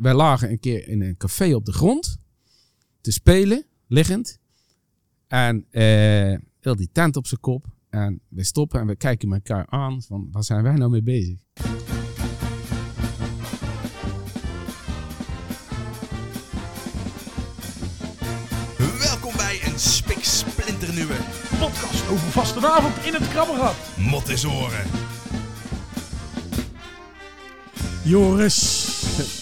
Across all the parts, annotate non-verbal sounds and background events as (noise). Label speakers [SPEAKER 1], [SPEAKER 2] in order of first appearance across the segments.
[SPEAKER 1] wij lagen een keer in een café op de grond te spelen, liggend. En eh, heel die tent op zijn kop. En we stoppen en we kijken elkaar aan van waar zijn wij nou mee bezig?
[SPEAKER 2] Welkom bij een spiksplinternieuwe
[SPEAKER 3] podcast over vastenavond in het krabbergat.
[SPEAKER 2] Mot is oren.
[SPEAKER 3] Joris,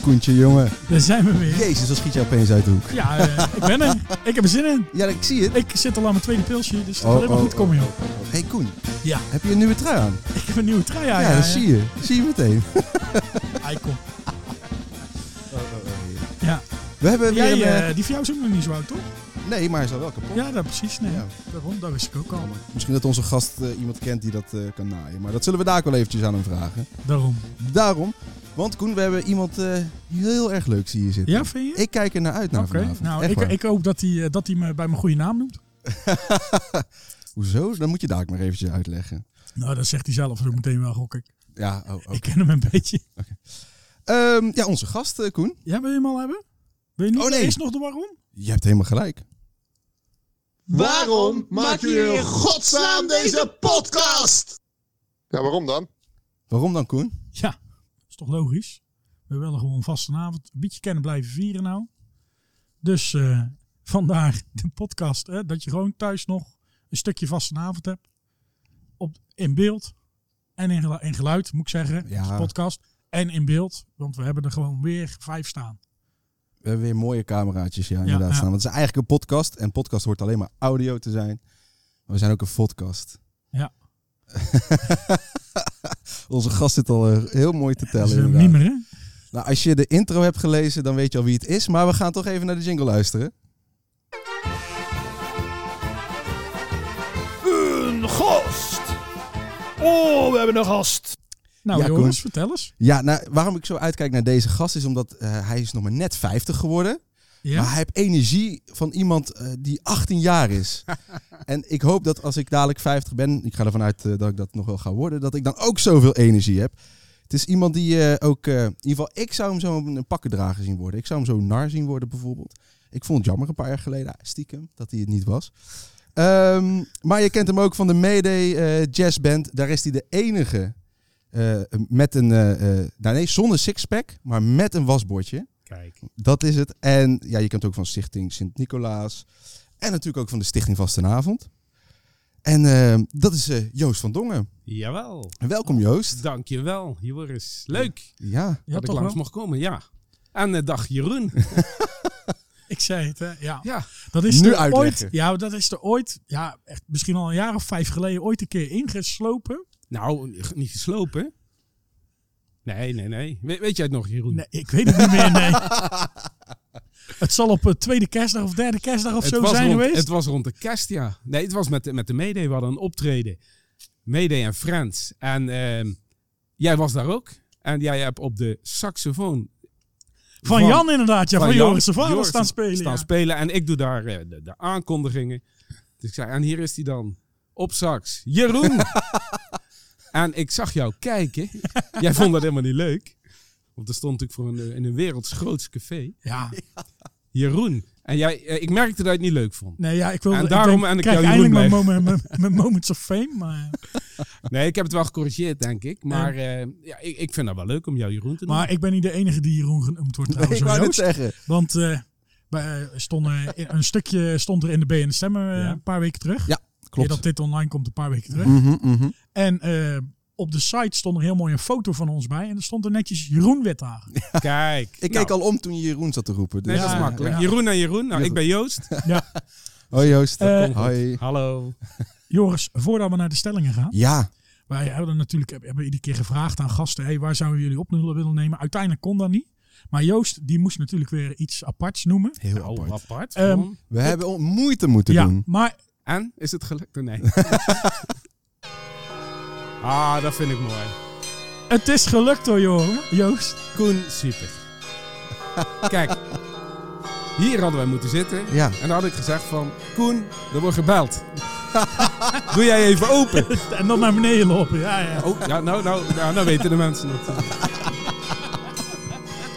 [SPEAKER 4] Koentje, jongen.
[SPEAKER 3] daar zijn we weer.
[SPEAKER 4] Jezus, wat schiet je opeens uit de hoek.
[SPEAKER 3] Ja, eh, ik ben er. Ik heb er zin in.
[SPEAKER 4] Ja, ik zie het.
[SPEAKER 3] Ik zit al aan mijn tweede pilsje, dus het gaat
[SPEAKER 4] Oh,
[SPEAKER 3] helemaal
[SPEAKER 4] oh,
[SPEAKER 3] goed komen, joh.
[SPEAKER 4] hey, Koen.
[SPEAKER 3] Ja.
[SPEAKER 4] Heb je een nieuwe trui aan?
[SPEAKER 3] Ik heb een nieuwe trui aan.
[SPEAKER 4] ja, dat zie je. Dat zie je meteen.
[SPEAKER 3] Icon. Ja.
[SPEAKER 4] We hebben weer
[SPEAKER 3] Jij,
[SPEAKER 4] een... eh,
[SPEAKER 3] eh, die van jou is ook nog niet zo oud, toch?
[SPEAKER 4] nee, maar hij is al wel kapot.
[SPEAKER 3] Ja, dat precies. Nee.
[SPEAKER 4] Ja.
[SPEAKER 3] Daarom, dat wist ik ook al.
[SPEAKER 4] Misschien dat onze gast eh, iemand kent die dat eh, kan naaien. Maar dat zullen we daar ook wel eventjes aan hem vragen.
[SPEAKER 3] Daarom.
[SPEAKER 4] Daarom. Want Koen, we hebben iemand eh, heel erg leuk zie je zitten.
[SPEAKER 3] Ja, vind je?
[SPEAKER 4] Ik kijk er naar uit naar
[SPEAKER 3] Oké,
[SPEAKER 4] vanavond.
[SPEAKER 3] nou,
[SPEAKER 4] Echt
[SPEAKER 3] ik,
[SPEAKER 4] waar.
[SPEAKER 3] ik hoop dat hij eh, dat hij me bij mijn goede naam noemt.
[SPEAKER 4] Hoezo? Dan moet je daar ook maar eventjes uitleggen.
[SPEAKER 3] Nou, dat zegt hij zelf zo meteen wel, gok ik.
[SPEAKER 4] Ja, oh, oh.
[SPEAKER 3] Ik ken hem een beetje.
[SPEAKER 4] Ehm, ja, onze gast, eh, Koen.
[SPEAKER 3] Ja, wil je hem al hebben? Wil je niet
[SPEAKER 4] Oh, nee.
[SPEAKER 3] eerst nog de waarom?
[SPEAKER 4] Je hebt helemaal gelijk.
[SPEAKER 5] Waarom maakt jullie in godsnaam deze podcast?
[SPEAKER 6] Ja, waarom dan?
[SPEAKER 4] Waarom dan, Koen?
[SPEAKER 3] Ja, dat is toch logisch. We willen gewoon vastenavond een beetje kennen blijven vieren nou. Dus eh, vandaar de podcast. Hè, dat je gewoon thuis nog een stukje vastenavond hebt. Op, in beeld en in, gelu- in geluid, moet ik zeggen.
[SPEAKER 4] Ja.
[SPEAKER 3] Ja. podcast. En in beeld, want we hebben er gewoon weer vijf staan.
[SPEAKER 4] We hebben weer mooie cameraatjes ja, inderdaad
[SPEAKER 3] ja.
[SPEAKER 4] staan. Want het is eigenlijk een podcast. En podcast hoort alleen maar audio te zijn. Maar we zijn ook een podcast.
[SPEAKER 3] Ja.
[SPEAKER 4] (laughs) Onze gast zit al eh, heel mooi te
[SPEAKER 3] Dat
[SPEAKER 4] tellen.
[SPEAKER 3] is hem
[SPEAKER 4] inderdaad.
[SPEAKER 3] Dus, niet meer, hè?
[SPEAKER 4] Nou, als je de intro hebt gelezen, dan weet je al wie het is. Maar we gaan toch even naar de jingle luisteren.
[SPEAKER 5] Een gast. Oh, we hebben een gast.
[SPEAKER 3] Nou,
[SPEAKER 4] Ja,
[SPEAKER 3] Joris,
[SPEAKER 4] Koen.
[SPEAKER 3] vertel eens.
[SPEAKER 4] Ja, nou, waarom ik zo uitkijk naar deze gast is omdat eh, hij is nog maar net 50 geworden.
[SPEAKER 3] Ja.
[SPEAKER 4] Maar hij heeft energie van iemand eh, die 18 jaar is. en ik hoop dat als ik dadelijk 50 ben, ik ga ervan uit eh, dat ik dat nog wel ga worden, dat ik dan ook zoveel energie heb. Het is iemand die eh, ook, eh, in ieder geval, ik zou hem zo een pakkendrager zien worden. Ik zou hem zo nar zien worden bijvoorbeeld. Ik vond het jammer een paar jaar geleden, stiekem, dat hij het niet was. Ehm, maar je kent hem ook van de Mayday eh Jazzband. Daar is hij de enige eh, met een, eh, eh, nou nee, zonder sixpack, maar met een wasbordje.
[SPEAKER 1] Kijk.
[SPEAKER 4] Dat is het. En ja, je kent ook van Stichting Sint-Nicolaas. En natuurlijk ook van de Stichting Vastenavond. En eh, dat is eh, Joost van Dongen.
[SPEAKER 1] Jawel.
[SPEAKER 4] Welkom Joost.
[SPEAKER 1] Dankjewel, Joris. Leuk
[SPEAKER 4] Ja,
[SPEAKER 3] Ja,
[SPEAKER 1] dat ik
[SPEAKER 3] toch
[SPEAKER 1] langs
[SPEAKER 3] wel?
[SPEAKER 1] mocht komen, ja. En eh, dag Jeroen.
[SPEAKER 3] Ik zei het, hè? Ja.
[SPEAKER 1] Ja.
[SPEAKER 3] Dat is
[SPEAKER 4] Nu
[SPEAKER 3] er ooit.
[SPEAKER 4] uitleggen.
[SPEAKER 3] Ja, dat is er ooit. Ja, echt misschien al een jaar of vijf geleden ooit een keer ingeslopen.
[SPEAKER 1] Nou, g- niet geslopen. Nee, nee, nee. We- weet jij het nog, Jeroen?
[SPEAKER 3] Nee, ik weet het niet meer.
[SPEAKER 1] (laughs)
[SPEAKER 3] Nee. het zal op eh, tweede kerstdag of derde kerstdag of
[SPEAKER 1] het
[SPEAKER 3] zo
[SPEAKER 1] was
[SPEAKER 3] zijn
[SPEAKER 1] rond,
[SPEAKER 3] geweest.
[SPEAKER 1] Het was rond de kerst, ja. Nee, het was met de, met de Mayday. We hadden een optreden. Mayday en Friends. En ehm, jij was daar ook. En jij hebt op de saxofoon...
[SPEAKER 3] van, Jan inderdaad, ja, van,
[SPEAKER 1] Jan-
[SPEAKER 3] Joris de Vader
[SPEAKER 1] Joris
[SPEAKER 3] staan spelen.
[SPEAKER 1] staan
[SPEAKER 3] ja.
[SPEAKER 1] spelen. En ik doe daar eh, de, de aankondigingen. Dus ik zei, en hier is hij dan. Op sax.
[SPEAKER 3] (laughs)
[SPEAKER 1] Jeroen! en ik zag jou kijken. Jij vond dat helemaal niet leuk. Want er stond natuurlijk voor een, eh, in een werelds grootst café.
[SPEAKER 3] Ja.
[SPEAKER 1] Jeroen. En jij, eh, ik merkte dat je het niet leuk vond.
[SPEAKER 3] Nee, ja, ik wilde...
[SPEAKER 1] En daarom
[SPEAKER 3] ik denk,
[SPEAKER 1] en ik
[SPEAKER 3] krijg
[SPEAKER 1] jou
[SPEAKER 3] eindelijk mijn,
[SPEAKER 1] Jeroen
[SPEAKER 3] momen- mijn- mijn moments of fame. Maar,
[SPEAKER 1] Nee, ik heb het wel gecorrigeerd, denk ik. Maar eh, ja, ik, ik vind dat wel leuk om jou Jeroen te noemen.
[SPEAKER 3] maar ik ben niet de enige die Jeroen genoemd wordt trouwens.
[SPEAKER 4] ik wou
[SPEAKER 3] hoor,
[SPEAKER 4] net
[SPEAKER 3] Joost.
[SPEAKER 4] zeggen.
[SPEAKER 3] Want eh, bij, eh, stonden, in- een stukje stond er in de BN Stemmen eh,
[SPEAKER 1] Ja.
[SPEAKER 3] een paar weken terug.
[SPEAKER 4] Ja,
[SPEAKER 3] Eer dat
[SPEAKER 4] klopt.
[SPEAKER 3] dit online komt, een paar weken terug.
[SPEAKER 4] Mhm, mhm.
[SPEAKER 3] En eh, op de site stond er heel mooi een foto van ons bij. En er stond er netjes Jeroen Wethagen.
[SPEAKER 1] (laughs) Kijk.
[SPEAKER 4] (laughs) Ik
[SPEAKER 1] nou,
[SPEAKER 4] keek al om toen je Jeroen zat te roepen. Dus.
[SPEAKER 1] Nee, dat is
[SPEAKER 3] Ja,
[SPEAKER 1] makkelijk.
[SPEAKER 3] ja.
[SPEAKER 1] Jeroen en Jeroen. Nou, ik ben Joost.
[SPEAKER 4] Hoi Joost.
[SPEAKER 3] Eh,
[SPEAKER 4] Kom, Hoi.
[SPEAKER 1] Hallo.
[SPEAKER 3] Joris, voordat we naar de stellingen gaan.
[SPEAKER 4] Ja,
[SPEAKER 3] Wij hebben natuurlijk hebben we iedere keer gevraagd aan gasten: hey, waar zouden jullie op willen nemen? Uiteindelijk kon dat niet. Maar Joost, die moest natuurlijk weer iets aparts noemen.
[SPEAKER 4] heel
[SPEAKER 1] Nou,
[SPEAKER 4] apart.
[SPEAKER 1] apart.
[SPEAKER 3] Ehm,
[SPEAKER 1] gewoon.
[SPEAKER 4] We hebben on- moeite moeten
[SPEAKER 3] ja,
[SPEAKER 4] doen.
[SPEAKER 3] maar
[SPEAKER 1] En? Is het gelukt? Oh, Nee. (laughs) ah, dat vind ik mooi.
[SPEAKER 3] het is gelukt hoor, joh, Joost.
[SPEAKER 1] Koen, super. Kijk, hier hadden wij moeten zitten.
[SPEAKER 4] Ja.
[SPEAKER 1] En dan had ik gezegd van, Koen, er wordt gebeld. (laughs) Doe jij even
[SPEAKER 4] (laughs)
[SPEAKER 1] open.
[SPEAKER 3] En dan naar beneden lopen. Ja, ja.
[SPEAKER 1] Oh, ja, nou, nou, nou, nou weten de mensen het.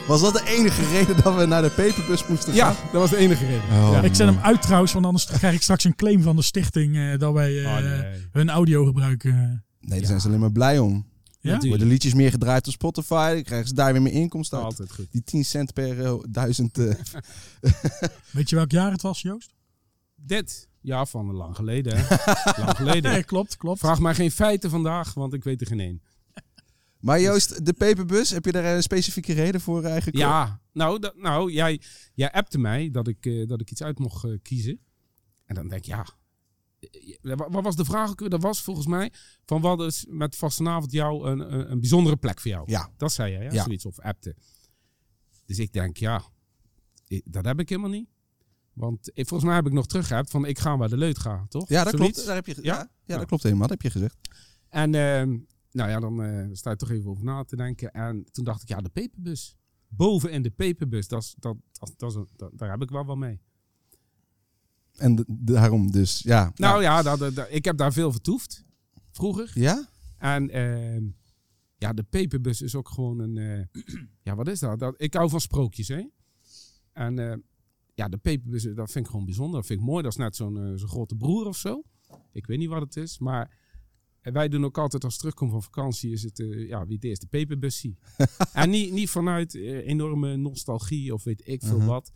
[SPEAKER 4] Was dat de enige reden dat we naar de peperbus moesten
[SPEAKER 1] Ja,
[SPEAKER 4] gaan?
[SPEAKER 1] dat was de enige reden.
[SPEAKER 4] Oh,
[SPEAKER 1] ja.
[SPEAKER 4] man.
[SPEAKER 3] Ik zet hem uit trouwens, want anders krijg ik straks een claim van de stichting eh, dat wij eh,
[SPEAKER 1] Oh, nee.
[SPEAKER 3] hun audio gebruiken.
[SPEAKER 4] Nee, daar zijn ze alleen maar blij om.
[SPEAKER 3] Ja?
[SPEAKER 1] Natuurlijk.
[SPEAKER 4] Worden liedjes meer gedraaid op Spotify, dan krijgen ze daar weer meer inkomsten uit.
[SPEAKER 1] Altijd goed.
[SPEAKER 4] Die 10 cent per eh, duizend... eh,
[SPEAKER 3] Weet je welk jaar het was, Joost?
[SPEAKER 1] Dit, ja, van lang geleden.
[SPEAKER 4] (laughs)
[SPEAKER 1] Hè? lang geleden.
[SPEAKER 3] Nee, klopt, klopt.
[SPEAKER 1] Vraag mij geen feiten vandaag, want ik weet er geen één.
[SPEAKER 4] Maar Joost, de peperbus, heb je daar een specifieke reden voor eigenlijk?
[SPEAKER 1] Ja, nou, dat, nou jij, jij appte mij dat ik, eh, dat ik iets uit mocht eh, kiezen. En dan denk ik, ja. eh, wa- Wat was de vraag ook weer? Dat was volgens mij van wat is met vastenavond jou een, een, een bijzondere plek voor jou.
[SPEAKER 4] Ja.
[SPEAKER 1] Dat zei jij, ja?
[SPEAKER 4] Ja.
[SPEAKER 1] zoiets of appte. Dus ik denk, ja, i- dat heb ik helemaal niet. Want ik, volgens mij heb ik nog teruggehaald van ik ga waar de leut ga, toch?
[SPEAKER 4] Ja, dat
[SPEAKER 1] Zoiets.
[SPEAKER 4] klopt. Daar heb je, ge-
[SPEAKER 1] Ja?
[SPEAKER 4] ja? Ja,
[SPEAKER 1] Ja.
[SPEAKER 4] dat klopt helemaal. Dat heb je gezegd.
[SPEAKER 1] En ehm, nou ja, dan eh, sta je toch even over na te denken. En toen dacht ik, ja, de peperbus. Boven in de peperbus, dat is- dat, dat, dat is een- dat- daar heb ik wel wat mee.
[SPEAKER 4] En d- daarom dus, ja.
[SPEAKER 1] Nou ja, dat, dat- dat- ik heb daar veel vertoefd vroeger.
[SPEAKER 4] Ja?
[SPEAKER 1] En ehm, ja, de peperbus is ook gewoon een... eh, (clears throat) ja, wat is dat? dat? Ik hou van sprookjes, hè? En eh, ja, de peperbus, dat vind ik gewoon bijzonder. Dat vind ik mooi. Dat is net zo'n eh, zo'n grote broer of zo. Ik weet niet wat het is, maar... eh, wij doen ook altijd als ik terugkom van vakantie, is het eh, ja, wie het eerst de peperbus ziet. en niet, niet vanuit eh, enorme nostalgie of weet ik veel
[SPEAKER 4] Mhm.
[SPEAKER 1] wat.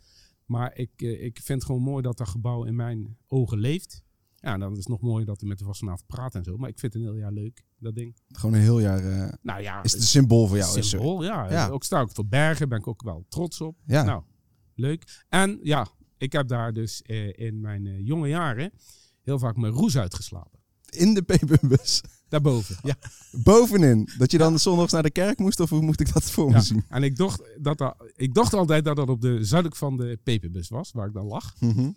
[SPEAKER 1] Maar ik, eh, ik vind het gewoon mooi dat dat gebouw in mijn ogen leeft. Ja, en dan is het nog mooier dat hij met de vastenavond praat en zo. Maar ik vind het een heel jaar leuk, dat ding.
[SPEAKER 4] Gewoon een heel jaar eh,
[SPEAKER 1] Nou ja,
[SPEAKER 4] is het een symbool voor
[SPEAKER 1] een
[SPEAKER 4] jou. is er.
[SPEAKER 1] symbool, ja.
[SPEAKER 4] Ja.
[SPEAKER 1] Ook sta ik voor bergen, ben ik ook wel trots op.
[SPEAKER 4] Ja.
[SPEAKER 1] Nou, leuk. En ja, ik heb daar dus eh, in mijn eh, jonge jaren heel vaak mijn roes uitgeslapen.
[SPEAKER 4] In de peperbus. (laughs)
[SPEAKER 1] Daarboven. Ja.
[SPEAKER 4] Bovenin. Dat je dan zondags naar de kerk moest, of hoe moet ik dat voor me
[SPEAKER 1] Ja.
[SPEAKER 4] zien?
[SPEAKER 1] En ik dacht, dat dat, ik dacht altijd dat dat op de zuidelijk van de peperbus was, waar ik dan lag.
[SPEAKER 4] Mhm.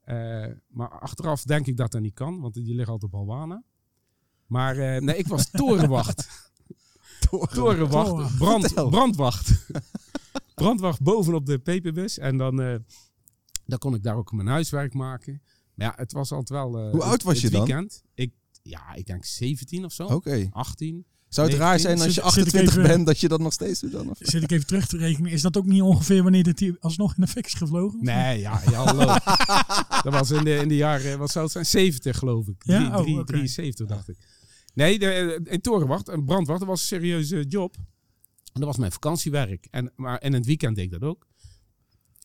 [SPEAKER 1] Eh, maar achteraf denk ik dat dat niet kan, want die liggen altijd op Alwana. Maar eh, nee, ik
[SPEAKER 4] (laughs)
[SPEAKER 1] was torenwacht. torenwacht,
[SPEAKER 3] Torenwacht.
[SPEAKER 1] brand,
[SPEAKER 4] Vertel. (laughs)
[SPEAKER 1] brandwacht. brandwacht bovenop de peperbus. En dan, eh, dan kon ik daar ook mijn huiswerk maken. Maar ja, het was altijd wel... eh,
[SPEAKER 4] Hoe oud
[SPEAKER 1] het-
[SPEAKER 4] was je
[SPEAKER 1] het
[SPEAKER 4] dan?
[SPEAKER 1] weekend. Ik, ja, ik denk 17 of zo.
[SPEAKER 4] Oké.
[SPEAKER 1] 18.
[SPEAKER 4] Zou het
[SPEAKER 1] Nee,
[SPEAKER 4] raar
[SPEAKER 1] ik-
[SPEAKER 4] zijn als
[SPEAKER 3] zit-
[SPEAKER 4] je
[SPEAKER 3] zit ik
[SPEAKER 4] 28
[SPEAKER 3] even-
[SPEAKER 4] bent dat je dat nog steeds doet dan? Of?
[SPEAKER 3] Zit ik even terug te rekenen. Is dat ook niet ongeveer wanneer dit hier alsnog in de fik is gevlogen?
[SPEAKER 1] Nee, ja, ja hallo. dat was in de, in de jaren, wat zou het zijn, 70 geloof ik.
[SPEAKER 3] Ja?
[SPEAKER 1] Drie-
[SPEAKER 3] Oh,
[SPEAKER 1] drie-
[SPEAKER 3] oké.
[SPEAKER 1] 73 dacht ik. Nee, de, in Torenwacht, een brandwacht, dat was een serieuze job. En dat was mijn vakantiewerk. En, maar, en in het weekend deed ik dat ook.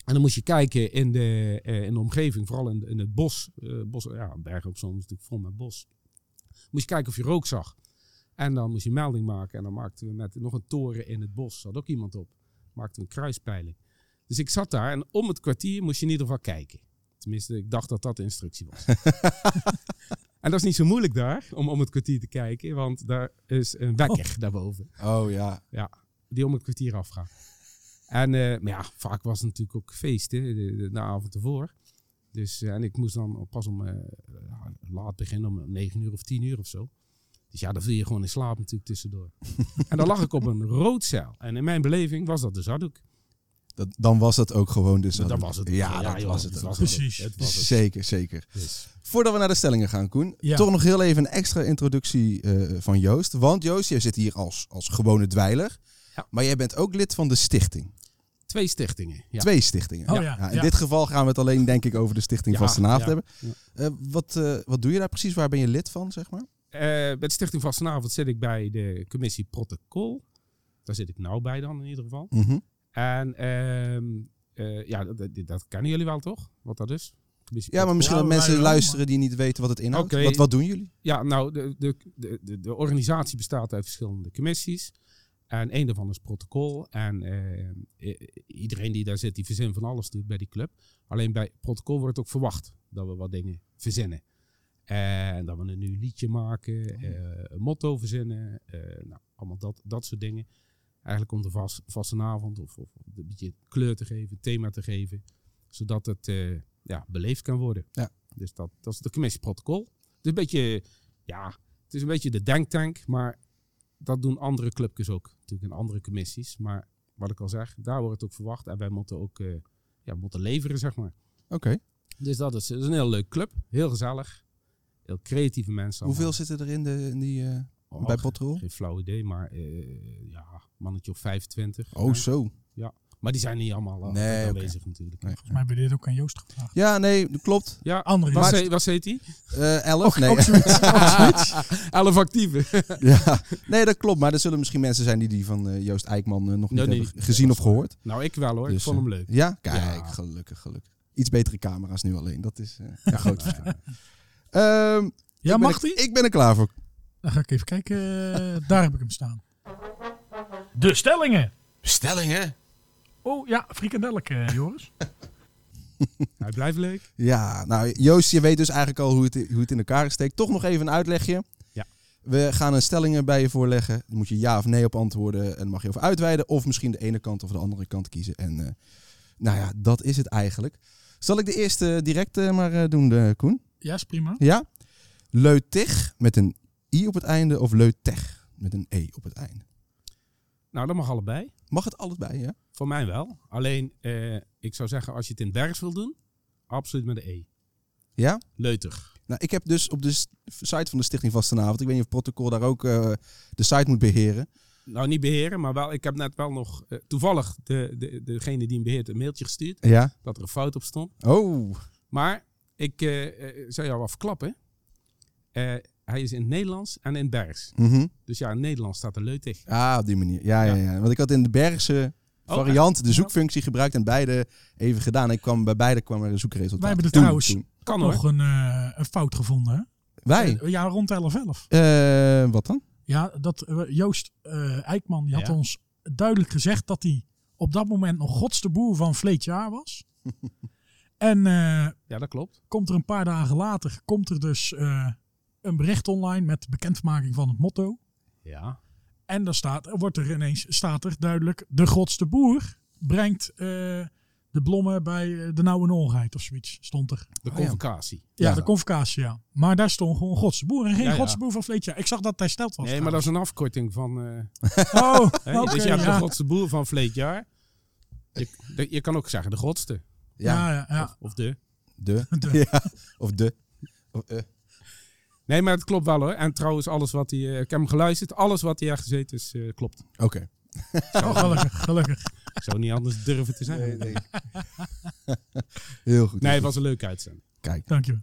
[SPEAKER 1] En dan moest je kijken in de, eh, in de omgeving, vooral in, in het bos. eh bos ja, bergen op zo'n is natuurlijk vol met bos. Moest je kijken of je rook zag. En dan moest je melding maken. En dan maakten we met nog een toren in het bos. Zat ook iemand op. Maakten we een kruispeiling. Dus ik zat daar en om het kwartier moest je in ieder geval kijken. Tenminste, ik dacht dat dat de instructie
[SPEAKER 4] (laughs)
[SPEAKER 1] was. (laughs) en dat is niet zo moeilijk daar, om om het kwartier te kijken. Want daar is een wekker daarboven,
[SPEAKER 4] Oh ja.
[SPEAKER 1] die om het kwartier afgaat. En eh, maar ja, vaak was het natuurlijk ook feest, hè, de, de, de avond ervoor. Dus, eh, en ik moest dan pas om eh, ja, laat beginnen, om negen uur of tien uur of zo. Dus ja, dan viel je gewoon in slaap natuurlijk
[SPEAKER 4] (laughs)
[SPEAKER 1] tussendoor. en dan lag ik op een roodzeil. En in mijn beleving was dat de zaddoek.
[SPEAKER 4] Dat, dan was dat ook gewoon dus.
[SPEAKER 1] Dat was het.
[SPEAKER 4] Ja,
[SPEAKER 1] Ja,
[SPEAKER 4] dat
[SPEAKER 1] joh,
[SPEAKER 4] was het.
[SPEAKER 1] dat
[SPEAKER 4] ook.
[SPEAKER 1] was het.
[SPEAKER 3] Precies.
[SPEAKER 1] Het was het.
[SPEAKER 4] Zeker, zeker.
[SPEAKER 1] Dus.
[SPEAKER 4] Voordat we naar de stellingen gaan, Koen,
[SPEAKER 3] Ja.
[SPEAKER 4] toch nog heel even een extra introductie eh, van Joost. Want Joost, jij zit hier als, als gewone dweiler.
[SPEAKER 1] Ja.
[SPEAKER 4] Maar jij bent ook lid van de stichting.
[SPEAKER 1] Twee stichtingen. Ja.
[SPEAKER 4] Twee stichtingen.
[SPEAKER 3] Oh, ja.
[SPEAKER 4] in
[SPEAKER 3] Ja.
[SPEAKER 4] dit geval gaan we het alleen, denk ik, over de stichting
[SPEAKER 1] Ja,
[SPEAKER 4] Vastenavond
[SPEAKER 1] ja.
[SPEAKER 4] hebben. Eh, wat, eh, wat doe je daar precies? Waar ben je lid van, zeg maar?
[SPEAKER 1] Eh, bij de Stichting Vastenavond zit ik bij de commissie Protocol. Daar zit ik nauw bij dan in ieder geval.
[SPEAKER 4] Mhm.
[SPEAKER 1] En ehm, eh, ja, dat, dat, dat kennen jullie wel toch? Wat dat is? Commissie
[SPEAKER 4] Ja, maar misschien
[SPEAKER 3] Ja,
[SPEAKER 4] dat
[SPEAKER 3] wij
[SPEAKER 4] mensen
[SPEAKER 3] wel,
[SPEAKER 4] luisteren die niet weten wat het inhoudt.
[SPEAKER 1] Oké.
[SPEAKER 4] Wat, wat doen jullie?
[SPEAKER 1] Ja, nou, de, de, de, de, de organisatie bestaat uit verschillende commissies. En een daarvan is protocol. En eh, i- iedereen die daar zit, die verzint van alles natuurlijk bij die club. Alleen bij protocol wordt ook verwacht dat we wat dingen verzinnen. En dat we een nieuw liedje maken, eh, een motto verzinnen. eh, nou, allemaal dat, dat soort dingen. Eigenlijk om de vast, vastenavond of, of een beetje kleur te geven, thema te geven. Zodat het eh, ja, beleefd kan worden.
[SPEAKER 4] Ja.
[SPEAKER 1] Dus dat, dat is de commissie protocol. Het is een beetje, ja, het is een beetje de denktank, maar dat doen andere clubjes ook. Natuurlijk in andere commissies. Maar wat ik al zeg, daar wordt het ook verwacht. En wij moeten ook eh, ja, moeten leveren, zeg maar.
[SPEAKER 4] Oké.
[SPEAKER 1] Dus dat is, dat is een heel leuk club. Heel gezellig. Heel creatieve mensen.
[SPEAKER 3] eh,
[SPEAKER 4] Hoeveel zitten er in, de, in die, eh,
[SPEAKER 1] allemaal.
[SPEAKER 4] bij
[SPEAKER 1] Oh,
[SPEAKER 4] Potrol?
[SPEAKER 1] Geen flauw idee, maar eh, ja, mannetje of 25.
[SPEAKER 4] Oh, zo.
[SPEAKER 1] Ja. Maar die zijn niet allemaal eh,
[SPEAKER 4] Nee,
[SPEAKER 1] altijd
[SPEAKER 4] oké.
[SPEAKER 1] aanwezig natuurlijk.
[SPEAKER 4] Nee.
[SPEAKER 3] Volgens mij hebben we dit ook aan Joost gevraagd.
[SPEAKER 4] Ja, nee, dat klopt.
[SPEAKER 1] Ja,
[SPEAKER 3] Andere
[SPEAKER 1] was,
[SPEAKER 3] Joost.
[SPEAKER 1] he- was heet
[SPEAKER 4] (laughs)
[SPEAKER 1] die?
[SPEAKER 4] Eh elf? nee.
[SPEAKER 3] ook zoiets.
[SPEAKER 1] (laughs) Elf actieve.
[SPEAKER 4] ja. nee, dat klopt. Maar er zullen misschien mensen zijn die die van eh, Joost Eijkman eh, nog niet
[SPEAKER 1] Nee, nee.
[SPEAKER 4] hebben gezien of gehoord.
[SPEAKER 1] nou, ik wel hoor. ik
[SPEAKER 4] Dus,
[SPEAKER 1] vond
[SPEAKER 4] eh,
[SPEAKER 1] hem leuk.
[SPEAKER 4] Ja? Kijk,
[SPEAKER 1] Ja.
[SPEAKER 4] gelukkig, gelukkig. Iets betere camera's nu alleen. Dat is eh, een groot verschil. Ehm,
[SPEAKER 3] Ja,
[SPEAKER 4] ik ben
[SPEAKER 3] mag
[SPEAKER 4] er-
[SPEAKER 3] die?
[SPEAKER 4] Ik ben er klaar voor.
[SPEAKER 3] Dan ga ik even kijken. eh, daar heb ik hem staan. De stellingen.
[SPEAKER 2] Stellingen?
[SPEAKER 3] Oh ja, frikandelk, eh, Joris.
[SPEAKER 1] Hij blijft leuk.
[SPEAKER 4] Ja, nou Joost, je weet dus eigenlijk al hoe het, hoe het in elkaar is steekt. Toch nog even een uitlegje.
[SPEAKER 1] Ja.
[SPEAKER 4] We gaan een stellingen bij je voorleggen. Daar moet je ja of nee op antwoorden. En daar mag je over uitweiden. Of misschien de ene kant of de andere kant kiezen. En eh, nou ja, dat is het eigenlijk. Zal ik de eerste direct eh, maar eh, doen, de, Koen?
[SPEAKER 3] Ja, is prima.
[SPEAKER 4] Ja? Leutech met een i op het einde of leutech met een e op het einde?
[SPEAKER 1] Nou, dat mag allebei.
[SPEAKER 4] Mag het allebei, ja?
[SPEAKER 1] Voor mij wel. Alleen, eh, ik zou zeggen, als je het in Bergs wil doen, absoluut met de E.
[SPEAKER 4] Ja?
[SPEAKER 1] Leuter.
[SPEAKER 4] Nou, ik heb dus op de s- site van de Stichting Vastenavond... Ik weet niet of protocol daar ook eh, de site moet beheren.
[SPEAKER 1] Nou, niet beheren, maar wel. Ik heb net wel nog eh, toevallig de, de, degene die hem beheert een mailtje gestuurd.
[SPEAKER 4] Ja.
[SPEAKER 1] Dat er een fout op stond.
[SPEAKER 4] Oh,
[SPEAKER 1] Maar ik eh, eh, zou jou afklappen. Eh, hij is in het Nederlands en in het Bergs.
[SPEAKER 4] Mhm.
[SPEAKER 1] Dus ja, in het Nederlands staat er leutig.
[SPEAKER 4] Ah, op die manier. Ja, ja, ja. Want ik had in de Bergse
[SPEAKER 1] Oh,
[SPEAKER 4] variant de zoekfunctie gebruikt en beide even gedaan. Ik kwam, bij beide kwam er een zoekresultaat.
[SPEAKER 3] Wij hebben er
[SPEAKER 4] Toen-
[SPEAKER 3] trouwens
[SPEAKER 4] toen-
[SPEAKER 1] Kan hoor.
[SPEAKER 3] nog een, eh, een fout gevonden. Hè?
[SPEAKER 4] Wij?
[SPEAKER 3] Ja, rond 11.11.
[SPEAKER 4] Eh, wat dan?
[SPEAKER 3] Ja, dat, eh, Joost eh, Eijkman die had
[SPEAKER 1] Ja.
[SPEAKER 3] ons duidelijk gezegd dat hij op dat moment nog gods de boer van Vleetjaar
[SPEAKER 1] (laughs)
[SPEAKER 3] was. en eh,
[SPEAKER 1] Ja, dat klopt.
[SPEAKER 3] komt er een paar dagen later, komt er dus eh, een bericht online met bekendmaking van het motto.
[SPEAKER 1] Ja.
[SPEAKER 3] En dan staat, wordt er ineens staat er duidelijk, de godste boer brengt eh, de blommen bij eh, de nauwe nolheid of zoiets, stond er.
[SPEAKER 1] De
[SPEAKER 4] ja.
[SPEAKER 1] convocatie.
[SPEAKER 3] Oh, Ja,
[SPEAKER 4] Ja.
[SPEAKER 3] de convocatie, ja. Maar daar stond gewoon godste boer en geen
[SPEAKER 1] Ja, ja.
[SPEAKER 3] godste boer van Vleetjaar. Ik zag dat hij stelt was. (laughs)
[SPEAKER 1] Nee, maar dat is een afkorting van. eh,
[SPEAKER 3] trouwens. Oh,
[SPEAKER 1] hè,
[SPEAKER 3] oké,
[SPEAKER 1] dus je hebt
[SPEAKER 3] ja.
[SPEAKER 1] de godste boer van Vleetjaar. Je, de- je kan ook zeggen de godste.
[SPEAKER 4] Ja,
[SPEAKER 3] Ja, ja, ja.
[SPEAKER 1] Of de.
[SPEAKER 4] de.
[SPEAKER 3] (laughs) De.
[SPEAKER 4] Ja, of de. Of, eh.
[SPEAKER 1] Nee, maar het klopt wel hoor. En trouwens, alles wat hij. eh, ik heb hem geluisterd. Alles wat hij heeft gezeten is, eh, klopt.
[SPEAKER 4] Oké.
[SPEAKER 3] Oh, gelukkig, gelukkig.
[SPEAKER 1] Ik zou niet anders durven te zijn. Nee,
[SPEAKER 4] (laughs) Heel goed.
[SPEAKER 1] het was een leuke uitzending.
[SPEAKER 4] Kijk.
[SPEAKER 3] Dank je.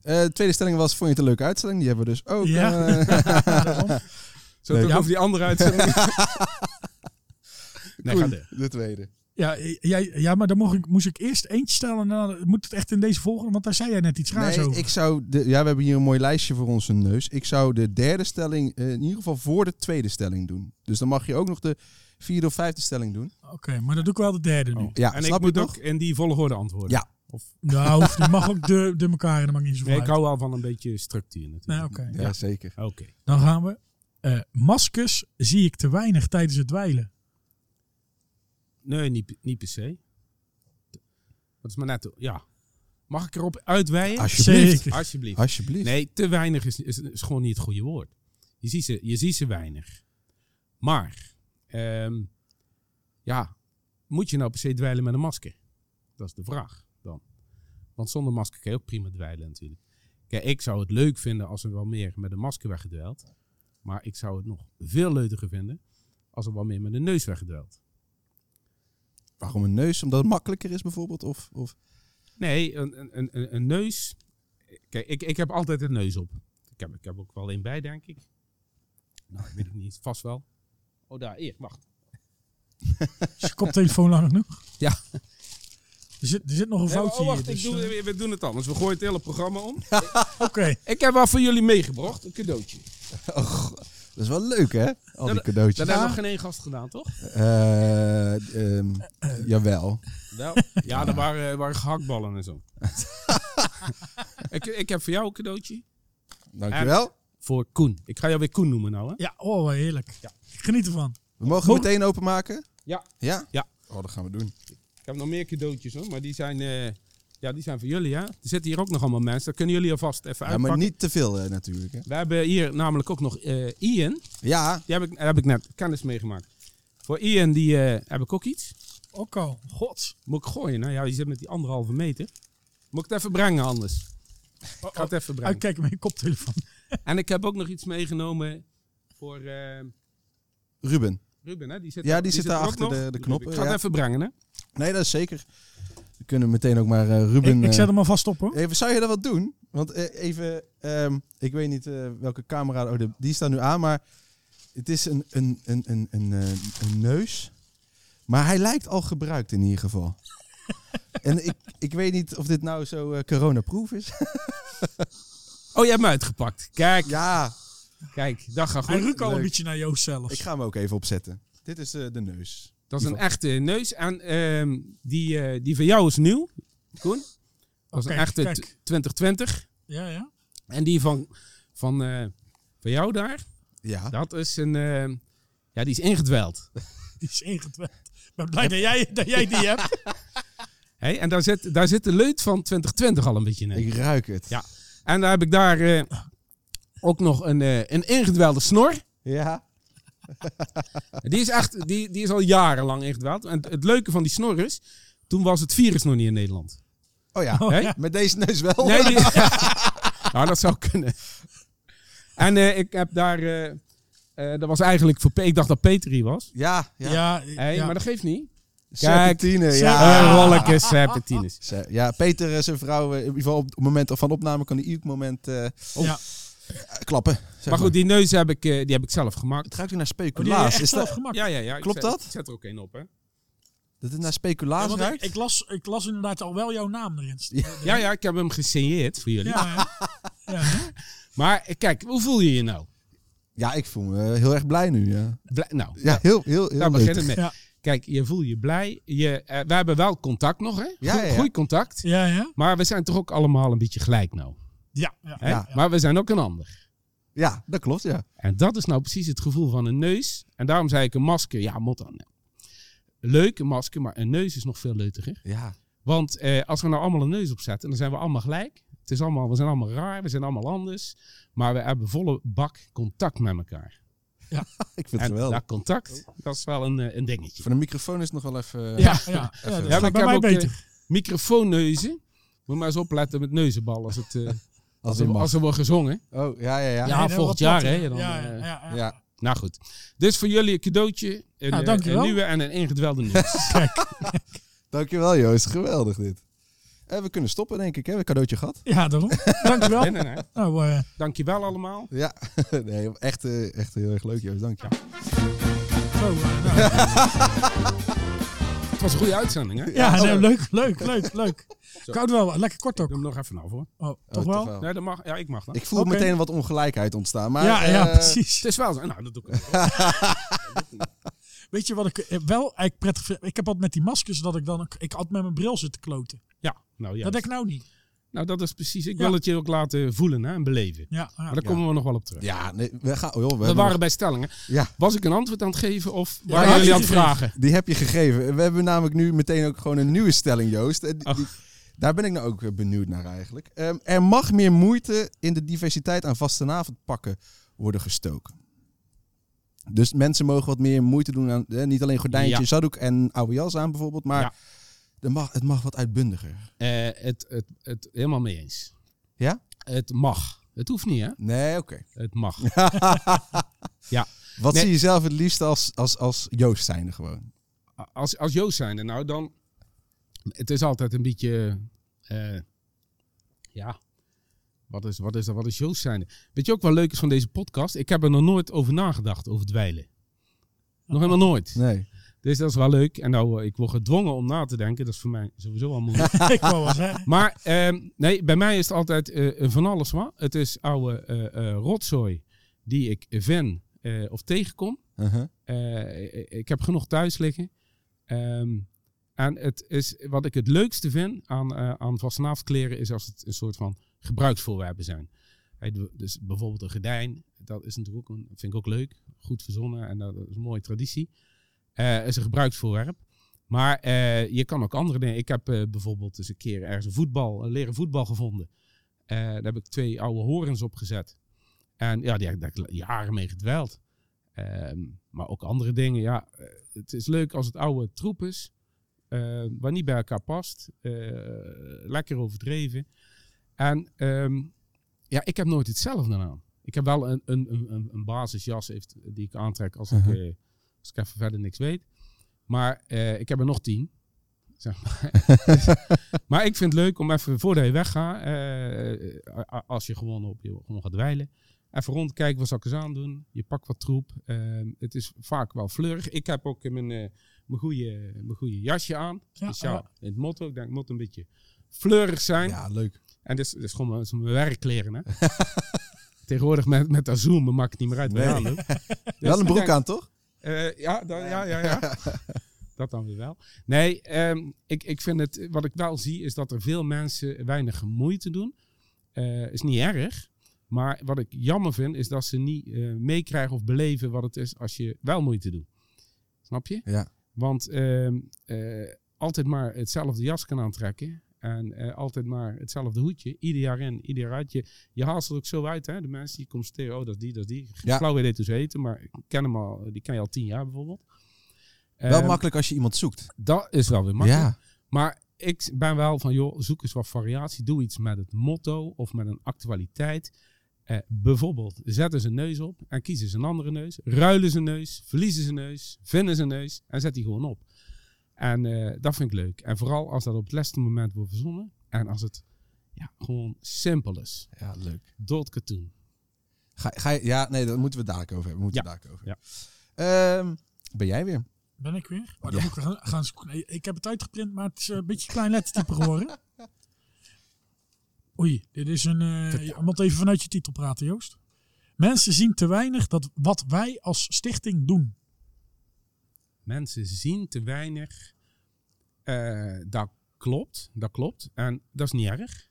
[SPEAKER 4] Eh, de tweede stelling was, vond je het een leuke uitstelling? Die hebben we dus ook.
[SPEAKER 3] (laughs) Ja.
[SPEAKER 4] eh,
[SPEAKER 3] Daarom.
[SPEAKER 1] Zullen we
[SPEAKER 3] Ja.
[SPEAKER 1] het ook over die andere
[SPEAKER 4] (laughs)
[SPEAKER 1] uitzending? nee, ga
[SPEAKER 4] Koen,
[SPEAKER 1] door.
[SPEAKER 4] de tweede.
[SPEAKER 3] Ja, jij, ja, maar dan mocht ik, moest ik eerst eentje stellen. En dan moet het echt in deze volgende, want daar zei jij net iets raars
[SPEAKER 4] Nee,
[SPEAKER 3] over.
[SPEAKER 4] ik zou de, ja, we hebben hier een mooi lijstje voor onze neus. Ik zou de derde stelling eh, in ieder geval voor de tweede stelling doen. Dus dan mag je ook nog de vierde of vijfde stelling doen.
[SPEAKER 3] Oké, maar dat doe ik wel de derde nu.
[SPEAKER 4] Ja,
[SPEAKER 1] en
[SPEAKER 4] snap
[SPEAKER 1] ik
[SPEAKER 4] je
[SPEAKER 1] moet
[SPEAKER 4] toch?
[SPEAKER 1] ook in die volgorde antwoorden.
[SPEAKER 4] Ja.
[SPEAKER 1] Of,
[SPEAKER 3] Nou, hoeft- die mag ook de, de elkaar en dat maakt niet zo
[SPEAKER 1] nee, ik
[SPEAKER 3] uit.
[SPEAKER 1] hou wel van een beetje structuur natuurlijk.
[SPEAKER 3] Nee, oké.
[SPEAKER 4] Ja,
[SPEAKER 3] ja.
[SPEAKER 4] zeker.
[SPEAKER 1] Oké.
[SPEAKER 3] Dan gaan we. Eh, maskers zie ik te weinig tijdens het dweilen.
[SPEAKER 1] Nee, niet, niet per se. Dat is maar net... Ja. Mag ik erop uitweiden?
[SPEAKER 4] Alsjeblieft.
[SPEAKER 3] Zeker.
[SPEAKER 1] Alsjeblieft.
[SPEAKER 4] Alsjeblieft.
[SPEAKER 1] Nee, te weinig is, is, is gewoon niet het goede woord. Je ziet ze, je ziet ze weinig. Maar, ehm, ja, moet je nou per se dweilen met een masker? Dat is de vraag dan. Want zonder masker kan je ook prima dweilen natuurlijk. Kijk, ik zou het leuk vinden als er wel meer met een masker werd gedweild. Maar ik zou het nog veel leuker vinden als er wel meer met een neus werd gedweild.
[SPEAKER 4] Waarom een neus? Omdat het makkelijker is bijvoorbeeld? Of, of...
[SPEAKER 1] Nee, een, een, een- een, een neus. Kijk, ik, ik heb altijd een neus op. Ik heb, ik heb ook wel één bij, denk ik. Nou, weet ik niet. Vast wel. Oh, daar. Hier, wacht.
[SPEAKER 3] Is je koptelefoon (laughs) lang genoeg?
[SPEAKER 1] Ja.
[SPEAKER 3] Er zit, er zit nog een
[SPEAKER 1] Nee, maar-
[SPEAKER 3] foutje
[SPEAKER 1] oh, wacht.
[SPEAKER 3] hier. Dus,
[SPEAKER 1] ik doe,
[SPEAKER 3] eh,
[SPEAKER 1] we, we doen het anders. We gooien het hele programma om.
[SPEAKER 3] Oké.
[SPEAKER 1] ik heb wel voor jullie meegebracht. Een cadeautje.
[SPEAKER 4] Dat is wel leuk, hè? Al die
[SPEAKER 1] dat-
[SPEAKER 4] cadeautjes.
[SPEAKER 1] Dat hebben nog geen één gast gedaan, toch?
[SPEAKER 4] Eh, ehm, jawel.
[SPEAKER 1] Wel. Ja, dat waren, eh, waren gehaktballen en
[SPEAKER 3] (laughs)
[SPEAKER 1] zo. ik, ik heb voor jou een cadeautje.
[SPEAKER 4] Dankjewel.
[SPEAKER 1] Voor Koen. Ik ga jou weer Koen noemen nou, hè?
[SPEAKER 3] Ja, oh, heerlijk.
[SPEAKER 1] Ja.
[SPEAKER 3] Ik geniet ervan.
[SPEAKER 4] We mogen
[SPEAKER 3] Mogen-
[SPEAKER 4] meteen openmaken?
[SPEAKER 1] Ja.
[SPEAKER 4] Ja?
[SPEAKER 1] Ja.
[SPEAKER 4] Oh, dat gaan we doen.
[SPEAKER 1] Ik heb nog meer cadeautjes hoor, maar die zijn, eh, ja, die zijn voor jullie. Hè? Er zitten hier ook nog allemaal mensen. Dat kunnen jullie alvast even
[SPEAKER 4] Ja,
[SPEAKER 1] uitpakken.
[SPEAKER 4] maar niet te veel eh, natuurlijk. Hè?
[SPEAKER 1] We hebben hier namelijk ook nog eh, Ian.
[SPEAKER 4] Ja,
[SPEAKER 1] Die heb ik, daar heb ik net kennis meegemaakt. Voor Ian die, eh, heb ik ook iets.
[SPEAKER 3] Ook al. God.
[SPEAKER 1] Moet ik gooien? Nou ja, je zit met die anderhalve meter. Moet ik het even brengen anders? Ik ga het even
[SPEAKER 4] Oh,
[SPEAKER 1] brengen.
[SPEAKER 3] Uitkijken met je koptelefoon.
[SPEAKER 1] En ik heb ook nog iets meegenomen voor eh,
[SPEAKER 4] Ruben.
[SPEAKER 1] Ruben, hè? Die zit,
[SPEAKER 4] Ja, die zit daar
[SPEAKER 1] er ook
[SPEAKER 4] achter
[SPEAKER 1] nog.
[SPEAKER 4] de- de
[SPEAKER 1] Ruben,
[SPEAKER 4] knoppen,
[SPEAKER 1] Ik ga
[SPEAKER 4] ja.
[SPEAKER 1] het even brengen, hè?
[SPEAKER 4] Nee, dat is zeker. We kunnen meteen ook maar eh, Ruben...
[SPEAKER 3] ik, ik zet
[SPEAKER 4] eh,
[SPEAKER 3] hem alvast op hoor.
[SPEAKER 4] even, zou je dat wat doen? Want eh, even, ehm, ik weet niet eh, welke camera... Oh, de- die staat nu aan, maar het is een, een, een, een, een, eh, een neus. Maar hij lijkt al gebruikt in ieder (laughs) geval. en ik, ik weet niet of dit nou zo eh, coronaproof is.
[SPEAKER 1] Oh, jij hebt hem uitgepakt. Kijk,
[SPEAKER 4] (laughs) ja,
[SPEAKER 1] kijk. Dat gaat
[SPEAKER 3] Hij
[SPEAKER 1] goed.
[SPEAKER 3] ruikt al een
[SPEAKER 4] leuk.
[SPEAKER 3] beetje naar Joost zelfs.
[SPEAKER 4] ik ga hem ook even opzetten. Dit is eh, de neus.
[SPEAKER 1] Dat is een echte neus. En ehm, die, eh, die van jou is nieuw, Koen. Dat is
[SPEAKER 3] Kijk,
[SPEAKER 1] een echte
[SPEAKER 3] kijk.
[SPEAKER 1] t- 2020.
[SPEAKER 3] Ja, ja.
[SPEAKER 1] En die van, van, eh, van jou daar,
[SPEAKER 4] Ja.
[SPEAKER 1] dat is een... eh, ja, die is ingedweld.
[SPEAKER 3] Die is ingetweld. Ik ben blij dat jij, dat jij die hebt.
[SPEAKER 1] Hé, en daar zit, daar zit de leut van 2020 al een beetje in.
[SPEAKER 4] Ik ruik het.
[SPEAKER 1] Ja. En dan heb ik daar eh, ook nog een, eh, een ingedwelde snor.
[SPEAKER 4] Ja.
[SPEAKER 1] Die is, echt, die, die is al jarenlang ingedweld. En het- het leuke van die snor is, toen was het virus nog niet in Nederland.
[SPEAKER 4] Oh (laughs) ja.
[SPEAKER 3] Oh,
[SPEAKER 1] Hè?
[SPEAKER 3] ja.
[SPEAKER 4] Met deze neus wel.
[SPEAKER 1] Nee,
[SPEAKER 4] (laughs)
[SPEAKER 1] die... (laughs) nou, dat zou kunnen. En eh, ik heb daar... eh, eh, dat was eigenlijk voor... Pe- Ik dacht dat Peter hier was.
[SPEAKER 4] Ja.
[SPEAKER 3] Ja,
[SPEAKER 4] Ja.
[SPEAKER 1] Hé,
[SPEAKER 3] ja.
[SPEAKER 1] maar dat geeft niet. Kijk.
[SPEAKER 4] Serpentine,
[SPEAKER 1] Ah.
[SPEAKER 4] ja.
[SPEAKER 1] Uh, Rolleke
[SPEAKER 4] eh,
[SPEAKER 1] (laughs) serpentines.
[SPEAKER 4] Ze- Ja, Peter, eh, zijn vrouw, eh, in ieder geval op het moment van opname kan hij ieder moment eh,
[SPEAKER 3] Ja.
[SPEAKER 4] klappen. zeg
[SPEAKER 1] Maar goed, die neus heb ik, eh, die heb ik zelf
[SPEAKER 4] Het
[SPEAKER 1] gemaakt.
[SPEAKER 4] ruikt weer naar
[SPEAKER 3] Oh, die heb je
[SPEAKER 4] speculaas.
[SPEAKER 3] echt
[SPEAKER 4] is
[SPEAKER 3] zelf
[SPEAKER 4] dat,
[SPEAKER 3] gemaakt.
[SPEAKER 1] Ja, ja, ja. ik
[SPEAKER 4] Klopt
[SPEAKER 1] zet-
[SPEAKER 4] dat?
[SPEAKER 1] Ik zet er ook één op, hè.
[SPEAKER 4] dat het naar
[SPEAKER 3] Ja,
[SPEAKER 4] speculaas
[SPEAKER 3] want ik,
[SPEAKER 4] ruikt?
[SPEAKER 3] ik, las, ik las inderdaad al wel jouw naam erin. staan.
[SPEAKER 1] Ja, ja, ik heb hem gesigneerd voor jullie.
[SPEAKER 3] Ja, hè?
[SPEAKER 4] (laughs)
[SPEAKER 3] ja. hè?
[SPEAKER 1] Maar eh, kijk, hoe voel je je nou?
[SPEAKER 4] Ja, ik voel me eh, heel erg blij nu. Ja,
[SPEAKER 1] Bla- nou,
[SPEAKER 4] ja heel, heel, heel
[SPEAKER 1] daar
[SPEAKER 4] leuk.
[SPEAKER 1] begint het mee.
[SPEAKER 3] Ja.
[SPEAKER 1] Kijk, je voelt je blij. Je, eh, we hebben wel contact nog, hè?
[SPEAKER 4] Ja, ja, ja.
[SPEAKER 1] Goed contact.
[SPEAKER 3] Ja, ja.
[SPEAKER 1] Maar we zijn toch ook allemaal een beetje gelijk nou.
[SPEAKER 3] Ja, ja.
[SPEAKER 1] Hè?
[SPEAKER 4] Ja.
[SPEAKER 1] Maar we zijn ook een ander.
[SPEAKER 4] Ja, dat klopt, ja.
[SPEAKER 1] En dat is nou precies het gevoel van een neus. En daarom zei ik een masker. Ja, mot dan. Leuk, een masker, maar een neus is nog veel leutiger.
[SPEAKER 4] Ja,
[SPEAKER 1] Want eh, als we nou allemaal een neus opzetten, dan zijn we allemaal gelijk. Het is allemaal, we zijn allemaal raar, we zijn allemaal anders. Maar we hebben volle bak contact met elkaar.
[SPEAKER 4] ik vind het
[SPEAKER 1] En
[SPEAKER 4] wel.
[SPEAKER 1] dat contact, dat is wel een, eh, een dingetje.
[SPEAKER 4] Voor de microfoon is het nog wel even... eh,
[SPEAKER 3] Ja, ja. ja, dat
[SPEAKER 1] Ja,
[SPEAKER 3] gaat
[SPEAKER 1] maar ik
[SPEAKER 3] bij
[SPEAKER 1] heb
[SPEAKER 3] mij
[SPEAKER 1] ook
[SPEAKER 3] beter.
[SPEAKER 1] eh, microfoonneuzen. Moet maar eens opletten met neuzenbal als,
[SPEAKER 3] (laughs)
[SPEAKER 1] het, eh,
[SPEAKER 4] als
[SPEAKER 1] als,
[SPEAKER 4] het
[SPEAKER 1] er,
[SPEAKER 4] mag.
[SPEAKER 1] als er wordt gezongen.
[SPEAKER 4] Oh, ja, ja, ja.
[SPEAKER 1] Ja.
[SPEAKER 3] Nee,
[SPEAKER 4] Ja,
[SPEAKER 3] dat
[SPEAKER 1] volgend
[SPEAKER 3] wordt
[SPEAKER 1] jaar,
[SPEAKER 3] wat,
[SPEAKER 1] hè, dan,
[SPEAKER 3] ja, ja,
[SPEAKER 1] eh,
[SPEAKER 3] ja, ja.
[SPEAKER 4] ja.
[SPEAKER 1] Nou goed, dus voor jullie een cadeautje. Een,
[SPEAKER 3] Nou,
[SPEAKER 1] eh,
[SPEAKER 3] dankjewel.
[SPEAKER 1] een nieuwe en een ingedwelde
[SPEAKER 3] (laughs)
[SPEAKER 1] neus.
[SPEAKER 4] Dankjewel, Joost. Geweldig dit. Eh, we kunnen stoppen, denk ik. Hè? We hebben een cadeautje gehad.
[SPEAKER 3] Ja, daarom. Dankjewel.
[SPEAKER 1] (laughs) Nee, nee, nee.
[SPEAKER 3] Nou, eh,
[SPEAKER 1] Dankjewel allemaal.
[SPEAKER 4] Ja, (laughs) nee, echt, eh, echt heel erg leuk, Joost. Dank je.
[SPEAKER 3] zo. eh, nou. Ja,
[SPEAKER 1] Het was een goede uitzending, hè? Ik
[SPEAKER 3] nee, leuk, leuk, leuk, leuk. Ik houd wel lekker kort
[SPEAKER 1] doe
[SPEAKER 3] ook.
[SPEAKER 1] hem nog even af, hoor.
[SPEAKER 3] Oh,
[SPEAKER 4] Oh,
[SPEAKER 3] toch wel?
[SPEAKER 1] Nee, dat mag. Ja, ik mag dat.
[SPEAKER 4] Ik voel
[SPEAKER 3] Oké.
[SPEAKER 4] meteen wat ongelijkheid ontstaan. Maar,
[SPEAKER 3] Ja, ja,
[SPEAKER 4] eh,
[SPEAKER 1] Het
[SPEAKER 3] precies.
[SPEAKER 1] is wel zo. Nou, dat doe ik ook.
[SPEAKER 3] Weet je wat ik eh, wel eigenlijk prettig vind? Ik heb altijd met die maskers dat ik dan... ook- Ik had met mijn bril zitten kloten.
[SPEAKER 1] Ja, nou ja.
[SPEAKER 3] Dat denk ik nou niet.
[SPEAKER 1] Nou, dat is precies. Ik
[SPEAKER 3] Ja.
[SPEAKER 1] wil het je ook laten voelen hè, en beleven.
[SPEAKER 3] Ja, ja.
[SPEAKER 1] Maar daar komen we nog wel op terug.
[SPEAKER 4] Ja, nee, we gaan... oh, joh, we
[SPEAKER 1] we
[SPEAKER 4] hebben
[SPEAKER 1] waren bij stellingen.
[SPEAKER 4] Ja.
[SPEAKER 1] Was ik een antwoord aan het geven of waren
[SPEAKER 3] had je
[SPEAKER 1] jullie aan het
[SPEAKER 3] gegeven.
[SPEAKER 1] vragen?
[SPEAKER 4] Die heb je gegeven. We hebben namelijk nu meteen ook gewoon een nieuwe stelling, Joost. En die-
[SPEAKER 1] Ach.
[SPEAKER 4] die- daar ben ik nou ook eh, benieuwd naar eigenlijk. Ehm, er mag meer moeite in de diversiteit aan vastenavondpakken worden gestoken. Dus mensen mogen wat meer moeite doen aan eh, niet alleen gordijntje,
[SPEAKER 1] Ja.
[SPEAKER 4] zaddoek en oude jas aan bijvoorbeeld, maar
[SPEAKER 1] Ja.
[SPEAKER 4] er mag, het mag wat uitbundiger.
[SPEAKER 1] Eh, het, het, het helemaal mee eens.
[SPEAKER 4] Ja?
[SPEAKER 1] Het mag. Het hoeft niet, hè?
[SPEAKER 4] Nee, oké.
[SPEAKER 1] Het mag.
[SPEAKER 4] Wat
[SPEAKER 1] Nee.
[SPEAKER 4] zie je zelf het liefst als, als, als Joost zijnde gewoon?
[SPEAKER 1] als, als Joost zijnde, nou dan... Het is altijd een beetje... eh, ja, wat is, wat, is, dat- wat is Joost zijnde? Weet je ook wat leuk is van deze podcast? Ik heb er nog nooit over nagedacht, over dweilen. Nog helemaal nooit.
[SPEAKER 4] Nee.
[SPEAKER 1] Dus dat is wel leuk. En nou, eh, ik word gedwongen om na te denken. Dat is voor mij sowieso al moeilijk.
[SPEAKER 3] (laughs) ik wou wel zeggen.
[SPEAKER 1] Maar ehm, nee, bij mij is het altijd eh, een van alles wat. Het is oude eh, eh, rotzooi die ik ven eh, of tegenkom.
[SPEAKER 4] Uh-huh.
[SPEAKER 1] Eh, ik heb genoeg thuis liggen. Ehm, en het is, wat ik het leukste vind aan, eh aan vastenavondkleren is als het een soort van gebruiksvoorwerpen zijn. Hè, d- dus bijvoorbeeld een gordijn, dat is natuurlijk ook, een, vind ik ook leuk. Goed verzonnen en dat is een mooie traditie. Eh is een gebruiksvoorwerp. Maar eh, je kan ook andere dingen. Ik heb eh, bijvoorbeeld eens een keer ergens een voetbal, een leren voetbal gevonden. Eh, daar heb ik twee oude horens op gezet. En ja, die heb ik daar jaren mee gedweild. Ehm, maar ook andere dingen. Ja, eh, het is leuk als het oude troep is. eh, waar niet bij elkaar past. eh, lekker overdreven. En ehm, ja, ik heb nooit hetzelfde aan. Ik heb wel een, een, een, een- een basisjas heeft, die ik aantrek als ik eh, Als ik even verder niks weet. Maar eh, ik heb er nog tien. Zeg maar. maar ik vind het leuk om even voordat je weggaat, eh, a- a- als je gewoon op je gewoon gaat weilen, even rondkijken wat zal ik eens aandoen. Je pakt wat troep. Eh, het is vaak wel fleurig. Ik heb ook mijn, eh, mijn, goede, mijn goede jasje aan. Speciaal in het motto. Ik denk, het moet een beetje fleurig zijn.
[SPEAKER 4] Ja, leuk.
[SPEAKER 1] En dit is, dit is gewoon mijn- zo'n mijn werkkleren, hè. (laughs) Tegenwoordig met, met dat zoomen maakt het niet meer uit. wat je
[SPEAKER 4] Nee.
[SPEAKER 1] aandoet. Dus
[SPEAKER 4] (laughs) Wel een
[SPEAKER 1] ik
[SPEAKER 4] broek
[SPEAKER 1] denk,
[SPEAKER 4] aan, toch?
[SPEAKER 1] eh, ja, dan, ja, ja, ja. dat dan weer wel. Nee, ehm, ik, ik vind het, wat ik wel zie, is dat er veel mensen weinig moeite doen. Eh, is niet erg. Maar wat ik jammer vind, is dat ze niet eh, meekrijgen of beleven wat het is als je wel moeite doet. Snap je?
[SPEAKER 4] Ja.
[SPEAKER 1] Want ehm, eh, altijd maar hetzelfde jas kan aantrekken. En eh, altijd maar hetzelfde hoedje. Ieder jaar in, ieder jaar uit. Je, je haalt ze ook zo uit, hè? De mensen die komen tegen. Oh, dat is die, dat is die. Geen
[SPEAKER 4] Ja.
[SPEAKER 1] flauw idee hoe ze heten, maar ik ken hem al. Die ken je al tien jaar bijvoorbeeld.
[SPEAKER 4] wel
[SPEAKER 1] Ehm,
[SPEAKER 4] makkelijk als je iemand zoekt.
[SPEAKER 1] Dat is wel weer makkelijk.
[SPEAKER 4] Ja.
[SPEAKER 1] Maar ik ben wel van, joh, zoek eens wat variatie. Doe iets met het motto of met een actualiteit. Eh, bijvoorbeeld, zetten ze een neus op en kiezen ze een andere neus. Ruilen ze een neus, verliezen ze een neus, vinden ze een neus en zet die gewoon op. En eh, dat vind ik leuk. En vooral als dat op het laatste moment wordt verzonnen. En als het ja, gewoon simpel is.
[SPEAKER 4] Ja, leuk.
[SPEAKER 1] Dood cartoon.
[SPEAKER 4] Ga, ga je, ja, nee, daar moeten we het dadelijk over hebben. Moeten we het dadelijk
[SPEAKER 1] Ja.
[SPEAKER 4] over. Ehm, ben jij weer?
[SPEAKER 3] Ben ik weer? Oh,
[SPEAKER 4] Ja.
[SPEAKER 3] dan moet ik gaan- gaan zoeken. Nee, ik heb het uitgeprint, maar het is eh, een beetje klein lettertype geworden. Oei, dit is een... eh je moet even vanuit je titel praten, Joost. Mensen zien te weinig dat wat wij als stichting doen.
[SPEAKER 1] Mensen zien te weinig. Eh, dat klopt, dat klopt. En dat is niet erg.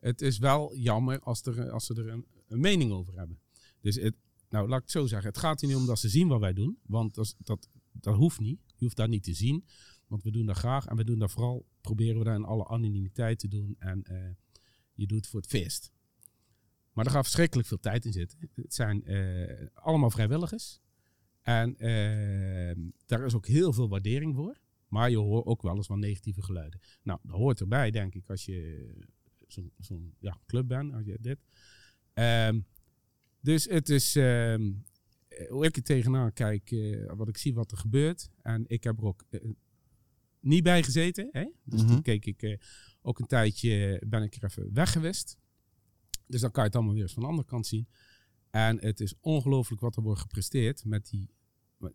[SPEAKER 1] Het is wel jammer als, er, als ze er een, een mening over hebben. Dus het, nou, laat ik het zo zeggen. Het gaat hier niet om dat ze zien wat wij doen. Want dat, is- dat, dat hoeft niet. Je hoeft dat niet te zien. Want we doen dat graag. En we doen dat vooral, proberen we dat in alle anonimiteit te doen. En eh, je doet het voor het feest. Maar er gaat verschrikkelijk veel tijd in zitten. Het zijn eh, allemaal vrijwilligers. En eh, daar is ook heel veel waardering voor. Maar je hoort ook wel eens wat negatieve geluiden. Nou, dat hoort erbij, denk ik, als je zo'n zo'n, ja, club bent, als je dit. Ehm, dus het is, ehm, eh, hoe ik er tegenaan kijk, eh, wat ik zie wat er gebeurt. En ik heb er ook eh, niet bij gezeten. Hè? Dus
[SPEAKER 4] Mhm.
[SPEAKER 1] toen keek ik eh, ook een tijdje, eh, ben ik er even weg geweest. Dus dan kan je het allemaal weer eens van de andere kant zien. En het is ongelooflijk wat er wordt gepresteerd met die,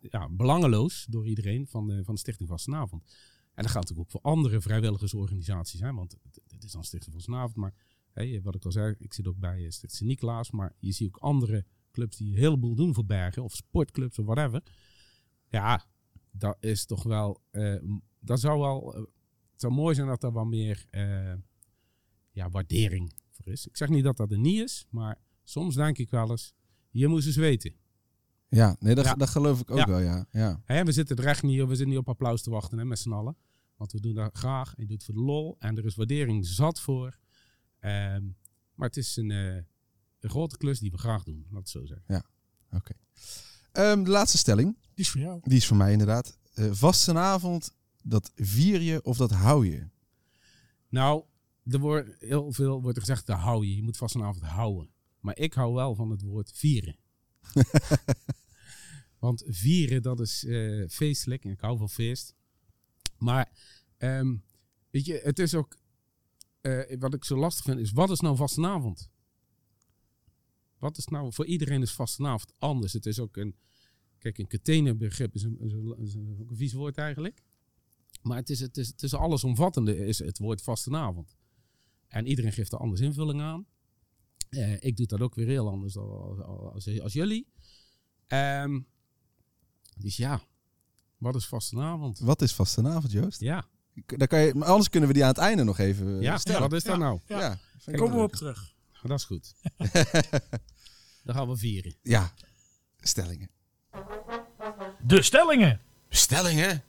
[SPEAKER 1] ja, belangeloos door iedereen van de, van de Stichting Vastenavond. En dat geldt natuurlijk ook voor andere vrijwilligersorganisaties. Hè? Want d- dit is dan Stichting Vastenavond. Maar hé, wat ik al zei, ik zit ook bij eh, Stichting Sint-Nicolaas. Maar je ziet ook andere clubs die een heleboel doen voor bergen. Of sportclubs of whatever. Ja, dat is toch wel... eh, m- dat zou wel... eh, het zou mooi zijn dat er wat meer eh, ja, waardering voor is. Ik zeg niet dat dat er niet is. Maar soms denk ik wel eens... Je moest eens weten.
[SPEAKER 4] Ja, nee, dat,
[SPEAKER 1] Ja.
[SPEAKER 4] dat geloof ik ook
[SPEAKER 1] Ja.
[SPEAKER 4] wel, ja. ja.
[SPEAKER 1] Hè, we zitten er echt niet, we zitten niet op applaus te wachten hè, met z'n allen. Want we doen dat graag en je doet het voor de lol. En er is waardering zat voor. Ehm, maar het is een, eh, een grote klus die we graag doen, laat het zo zeggen.
[SPEAKER 4] Ehm, de laatste stelling,
[SPEAKER 3] Die is voor jou.
[SPEAKER 4] die is voor mij inderdaad. Eh vastenavond, dat vier je of dat hou je?
[SPEAKER 1] Nou, er wordt heel veel wordt er gezegd, daar hou je. Je moet vast een avond houden. Maar ik hou wel van het woord vieren. Want vieren, dat is eh, feestelijk. En ik hou van feest. Maar, ehm, weet je, het is ook... eh, wat ik zo lastig vind, is wat is nou vastenavond? Wat is nou... Voor iedereen is vastenavond anders. Het is ook een... Kijk, een containerbegrip is, een, is, een, is een- ook een vies woord eigenlijk. Maar het is, het is, het is allesomvattende, is het woord vastenavond. En iedereen geeft er anders invulling aan. Eh, ik doe dat ook weer heel anders dan als, als, als jullie. Ehm, dus ja, wat is vastenavond?
[SPEAKER 4] Wat is vastenavond, Joost?
[SPEAKER 1] Ja,
[SPEAKER 4] K- Dan kan je, maar anders kunnen we die aan het einde nog even eh,
[SPEAKER 1] ja
[SPEAKER 3] stel.
[SPEAKER 1] wat is dat
[SPEAKER 3] Ja.
[SPEAKER 1] nou?
[SPEAKER 4] Ja,
[SPEAKER 3] Ja.
[SPEAKER 4] vind ik
[SPEAKER 3] Daar
[SPEAKER 4] wel
[SPEAKER 3] komen we
[SPEAKER 4] leuk.
[SPEAKER 3] op terug.
[SPEAKER 1] Dat is goed. (laughs) Dan gaan we vieren.
[SPEAKER 4] Ja, stellingen.
[SPEAKER 3] De stellingen.
[SPEAKER 2] Stellingen.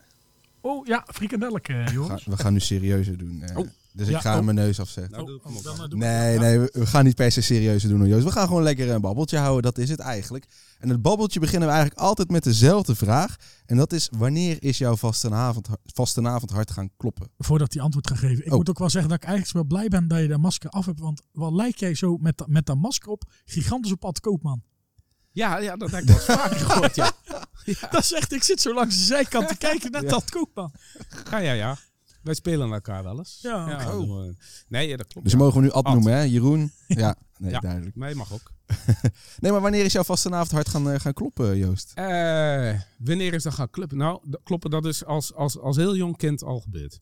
[SPEAKER 3] Oh ja, frikandelleke,
[SPEAKER 4] We gaan,
[SPEAKER 3] jongens.
[SPEAKER 4] we gaan nu serieuzer doen. eh.
[SPEAKER 1] Oh.
[SPEAKER 4] Dus ik
[SPEAKER 3] Ja,
[SPEAKER 4] ga
[SPEAKER 3] oh.
[SPEAKER 4] mijn neus afzetten.
[SPEAKER 1] Nou, doe ik hem
[SPEAKER 3] Oh,
[SPEAKER 1] op.
[SPEAKER 3] dan, eh, doe ik-
[SPEAKER 4] Nee, nee, we, we gaan niet per se serieuzer doen, hoor, Joost. We gaan gewoon lekker een babbeltje houden, dat is het eigenlijk. En het babbeltje beginnen we eigenlijk altijd met dezelfde vraag. En dat is, wanneer is jouw vastenavond, vastenavond hard gaan kloppen?
[SPEAKER 3] Voordat hij antwoord gaat geven. Ik
[SPEAKER 4] Oh.
[SPEAKER 3] moet ook wel zeggen dat ik eigenlijk wel blij ben dat je dat masker af hebt. Want wat lijkt jij zo met, dat- met dat masker op? Gigantisch op Ad Koopman. (laughs)
[SPEAKER 1] Ja, ja, dat heb ik wel eens vaker gehoord, ja.
[SPEAKER 3] Dat is echt, ik zit zo langs de zijkant te kijken naar
[SPEAKER 4] Ja.
[SPEAKER 3] dat koekman.
[SPEAKER 1] Ja, ja, ja. Wij spelen elkaar wel eens.
[SPEAKER 3] Ja, Oh. oké.
[SPEAKER 1] dan, eh, nee, ja, dat klopt.
[SPEAKER 4] Dus mogen we nu Ad,
[SPEAKER 1] Ad.
[SPEAKER 4] noemen, hè? (laughs) Jeroen? Ja, nee,
[SPEAKER 1] Ja.
[SPEAKER 4] duidelijk.
[SPEAKER 1] Mij mag ook.
[SPEAKER 4] Nee, maar wanneer is jouw vastenavond hard gaan, eh, gaan kloppen, Joost?
[SPEAKER 1] Eh, wanneer is dat gaan kloppen? Nou, dat- kloppen, dat is als, als, als heel jong kind al gebeurd.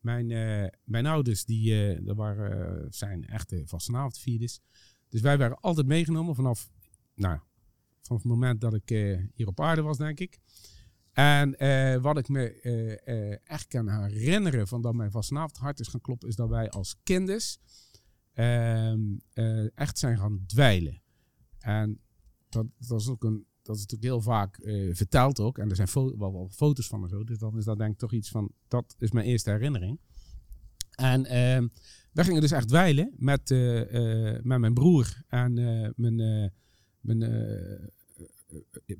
[SPEAKER 1] Mijn, eh, mijn ouders die, eh, dat waren, eh, zijn echte vastenavondvierders. Dus wij waren altijd meegenomen vanaf, nou, vanaf het moment dat ik eh, hier op aarde was, denk ik. En eh, wat ik me eh, eh, echt kan herinneren van dat mijn vastenavond hard is gaan kloppen, is dat wij als kinders ehm, eh, echt zijn gaan dweilen. En dat, dat is ook een. Dat is natuurlijk heel vaak eh, verteld ook. En er zijn fo- wel, wel foto's van en zo. Dus dan is dat denk ik toch iets van. Dat is mijn eerste herinnering. En ehm wij gingen dus echt dweilen met, eh, eh, met mijn broer en eh, mijn. eh, mijn eh, eh,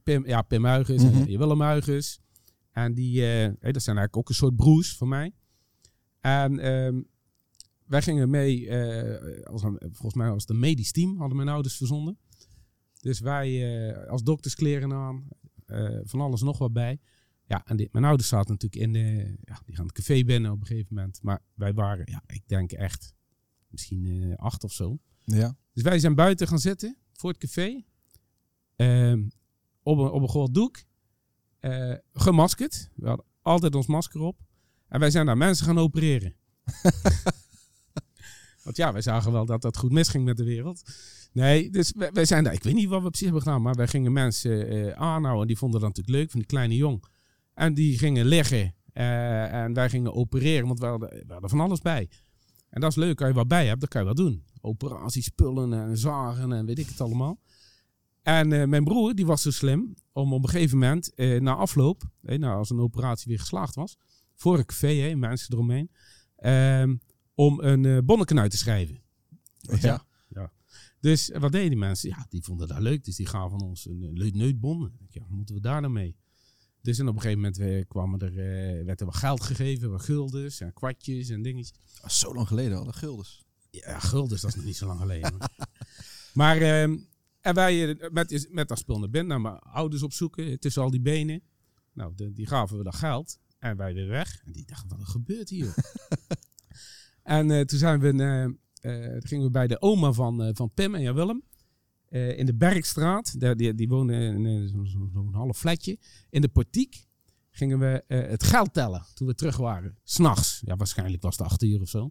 [SPEAKER 1] Pim, ja, Pim Huygens
[SPEAKER 4] Mhm.
[SPEAKER 1] en Willem Huygens. En die. eh, hé, dat zijn eigenlijk ook een soort broers van mij. En ehm, wij gingen mee. eh, als een, volgens mij was het een medisch team. Hadden mijn ouders verzonden. Dus wij eh, als dokterskleren aan, eh, van alles nog wat bij. Ja, en die- mijn ouders zaten natuurlijk in de, ja, die gaan het café binnen op een gegeven moment. Maar wij waren, ja, ik denk echt misschien eh, acht of zo.
[SPEAKER 4] Ja.
[SPEAKER 1] Dus wij zijn buiten gaan zitten voor het café. Ehm, op een, op een groot doek. Eh, gemaskerd. We hadden altijd ons masker op. En wij zijn daar mensen gaan opereren. Want ja, wij zagen wel dat dat goed misging met de wereld. Nee, dus wij, wij zijn daar. Ik weet niet wat we precies hebben gedaan. Maar wij gingen mensen eh aanhouden. En die vonden dat natuurlijk leuk van die kleine jong. En die gingen liggen. eh, en wij gingen opereren. Want we hadden, we hadden van alles bij. En dat is leuk. Als je wat bij hebt, dan kan je wel doen. Operaties, spullen en zagen en weet ik het allemaal. En eh, mijn broer, die was zo slim om op een gegeven moment, eh, na afloop, eh, nou, als een operatie weer geslaagd was, voor een café, hè, mensen eromheen, ehm, om een eh bonneken uit te schrijven.
[SPEAKER 4] Ja.
[SPEAKER 1] Dus eh, wat deden die mensen? Ja, die vonden dat leuk, dus die gaven ons een eh, leuk neutbon. Ik denk, Ja, wat moeten we daar nou mee? Dus en op een gegeven moment eh, kwamen er, eh, werd er wat geld gegeven, wat guldens en kwartjes en dingetjes.
[SPEAKER 4] Ah, Zo lang geleden al, de guldens.
[SPEAKER 1] Ja, guldens, dat is nog niet zo lang geleden. hoor. maar ehm, en wij eh, met, met dat spul naar binnen, naar mijn ouders opzoeken, eh, tussen al die benen. Nou, de- die gaven we dat geld en wij weer weg. En die dachten, wat er gebeurt hier? en eh, toen zijn we, eh, eh, toen gingen we bij de oma van, eh, van Pim en Jan Willem. eh, in de Bergstraat, daar, die, die wonen in eh, zo- zo- zo'n half flatje. In de portiek gingen we eh, het geld tellen toen we terug waren. S'nachts. Ja, waarschijnlijk was het acht uur of zo.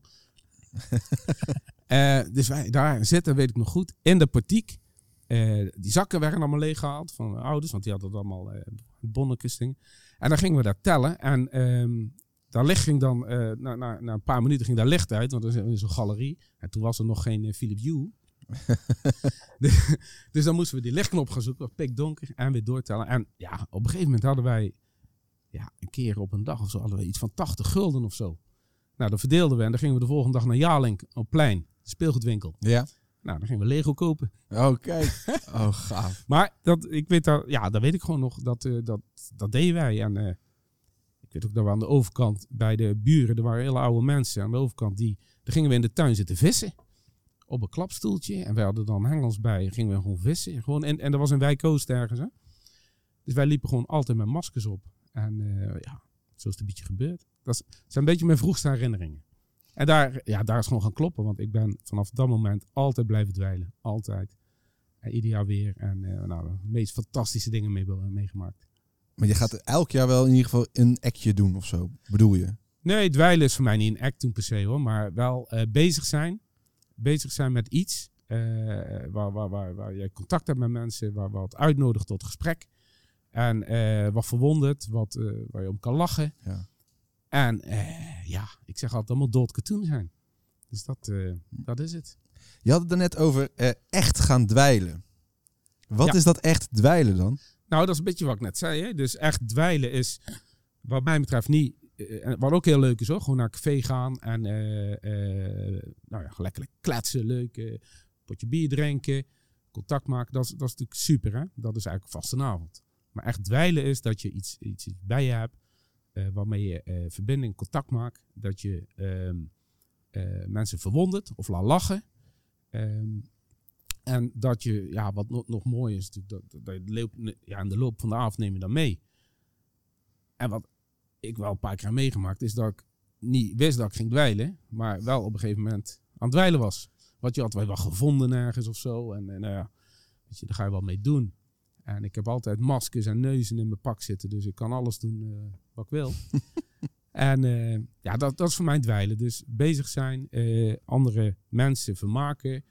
[SPEAKER 1] Eh, dus wij daar zitten, weet ik nog goed, in de portiek. Eh, die zakken werden allemaal leeggehaald van mijn ouders, want die hadden het allemaal eh bonnetjes dingen. En dan gingen we dat tellen. En ehm daar licht ging dan, eh, na, na, na een paar minuten ging daar licht uit, want er is er is een galerie. En toen was er nog geen eh, Philips Hue. dus, dus dan moesten we die lichtknop gaan zoeken, pikdonker, en weer doortellen. En ja, op een gegeven moment hadden wij, ja, een keer op een dag of zo, hadden we iets van 80 gulden of zo. Nou, dat verdeelden we en dan gingen we de volgende dag naar Jalink op het plein, de speelgoedwinkel.
[SPEAKER 4] Ja.
[SPEAKER 1] Nou, dan gingen we Lego kopen.
[SPEAKER 4] Oh, (laughs) kijk. oh, gaaf.
[SPEAKER 1] Maar dat, ik weet dat, ja, dat weet ik gewoon nog, dat, eh, dat, dat deden wij. En eh, ik weet ook dat we aan de overkant bij de buren, er waren hele oude mensen aan de overkant, die, daar gingen we in de tuin zitten vissen. Op een klapstoeltje. En wij hadden dan hengels bij. Gingen we gewoon vissen. Gewoon, en, en er was een wijkoost ergens. Hè? Dus wij liepen gewoon altijd met maskers op. En eh, ja, zo is het een beetje gebeurd. Dat is- zijn een beetje mijn vroegste herinneringen. En daar, ja, daar is gewoon gaan kloppen. Want ik ben vanaf dat moment altijd blijven dweilen. Altijd. En ieder jaar weer. En eh, nou, de meest fantastische dingen mee, meegemaakt.
[SPEAKER 4] Maar je gaat elk jaar wel in ieder geval een actje doen of zo, bedoel je?
[SPEAKER 1] Nee, dweilen is voor mij niet een act toen per se hoor. Maar wel eh, bezig zijn. Bezig zijn met iets. eh, waar, waar, waar, waar je contact hebt met mensen. Waar wat uitnodigt tot gesprek. En eh, wat verwondert. Wat, eh, waar je om kan lachen.
[SPEAKER 4] Ja.
[SPEAKER 1] En eh, ja, ik zeg altijd allemaal dood cartoon zijn. Dus dat, eh, dat is het.
[SPEAKER 4] Je had het daarnet over eh, echt gaan dweilen. Wat
[SPEAKER 1] Ja.
[SPEAKER 4] is dat echt dweilen dan?
[SPEAKER 1] Nou, dat is een beetje wat ik net zei. Hè? Dus echt dweilen is, wat mij betreft, niet. eh, en wat ook heel leuk is hoor. Gewoon naar een café gaan en eh, eh, nou ja, lekker kletsen, leuk. eh, potje bier drinken, contact maken. Dat is, dat is natuurlijk super hè. Dat is eigenlijk vastenavond. Maar echt dweilen is dat je iets, iets bij je hebt. eh, waarmee je eh, verbinding, contact maakt. Dat je ehm, eh, mensen verwondert of laat lachen. Ehm, En dat je, ja, wat nog, nog mooi is, natuurlijk, dat, dat, dat je de loop, ja, in de loop van de avond neem je dan mee. En wat ik wel een paar keer heb meegemaakt, is dat ik niet wist dat ik ging dweilen, maar wel op een gegeven moment aan het dweilen was. Wat je altijd wel gevonden ergens of zo. En, en nou ja, weet je, daar ga je wel mee doen. En ik heb altijd maskers en neuzen in mijn pak zitten, dus ik kan alles doen eh, wat ik wil. en eh, ja, dat, dat is voor mij dweilen. Dus bezig zijn, eh, andere mensen vermaken,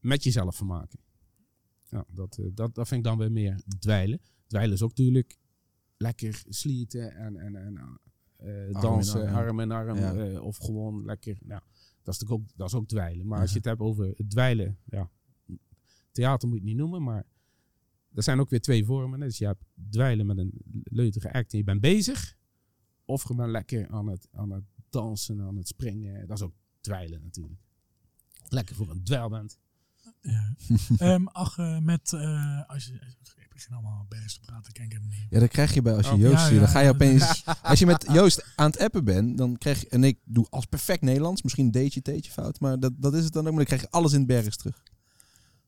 [SPEAKER 1] met jezelf vermaken. Ja, dat, eh, dat, dat vind ik dan weer meer dweilen. Dweilen is ook natuurlijk lekker slieten en, en, en eh, eh,
[SPEAKER 4] in
[SPEAKER 1] dansen,
[SPEAKER 4] arm.
[SPEAKER 1] arm in arm.
[SPEAKER 4] Ja.
[SPEAKER 1] eh, of gewoon lekker, nou, dat is natuurlijk ook, dat is ook dweilen. Maar als je het hebt over het dweilen, ja, theater moet je het niet noemen, maar er zijn ook weer twee vormen. Dus je hebt dweilen met een leutige act en je bent bezig. Of gewoon lekker aan het, aan het dansen, aan het springen. Dat is ook dweilen natuurlijk. Lekker voor een dweilband.
[SPEAKER 4] (laughs)
[SPEAKER 3] Ja. Ehm, ach, eh, met... eh, als je, ik begin allemaal bergs te praten, ken ik helemaal niet.
[SPEAKER 4] Ja, dat krijg je bij als je
[SPEAKER 1] Oh,
[SPEAKER 4] Joost
[SPEAKER 3] ja,
[SPEAKER 4] stuurt. Dan
[SPEAKER 3] ja,
[SPEAKER 4] ga je
[SPEAKER 3] ja,
[SPEAKER 1] (laughs)
[SPEAKER 4] opeens... Als je met Joost aan het appen bent, dan krijg je... En ik doe als perfect Nederlands. Misschien een deetje, teetje fout. Maar dat, dat is het dan ook. Maar dan krijg je alles in het bergs terug.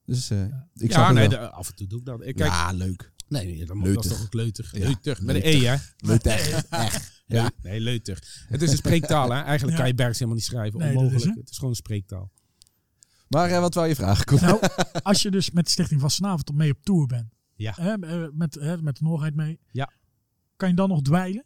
[SPEAKER 4] Dus eh, ik
[SPEAKER 1] ja,
[SPEAKER 4] snap
[SPEAKER 1] nee,
[SPEAKER 4] het wel.
[SPEAKER 1] de- af en toe doe ik dat. Ik kijk,
[SPEAKER 4] ja, leuk.
[SPEAKER 1] nee, nee, dat, moet- dat is
[SPEAKER 4] leutig.
[SPEAKER 1] toch ook leutig.
[SPEAKER 4] Ja,
[SPEAKER 1] leutig, met een E, hè?
[SPEAKER 4] Leuk echt. Ja.
[SPEAKER 1] Nee, nee, leutig. Het is een spreektaal, hè? Eigenlijk
[SPEAKER 3] Ja.
[SPEAKER 1] kan je Bergs helemaal niet schrijven.
[SPEAKER 3] Nee, dat is
[SPEAKER 1] Onmogelijk.
[SPEAKER 3] het.
[SPEAKER 1] het is gewoon een spreektaal.
[SPEAKER 4] Maar eh, wat wou je vragen? Kom.
[SPEAKER 3] (laughs) Nou, als je dus met Stichting Vastenavond op mee op tour bent.
[SPEAKER 1] Ja.
[SPEAKER 3] Hè, eh, met, hè, met de Noorheid mee.
[SPEAKER 1] Ja.
[SPEAKER 3] Kan je dan nog dweilen?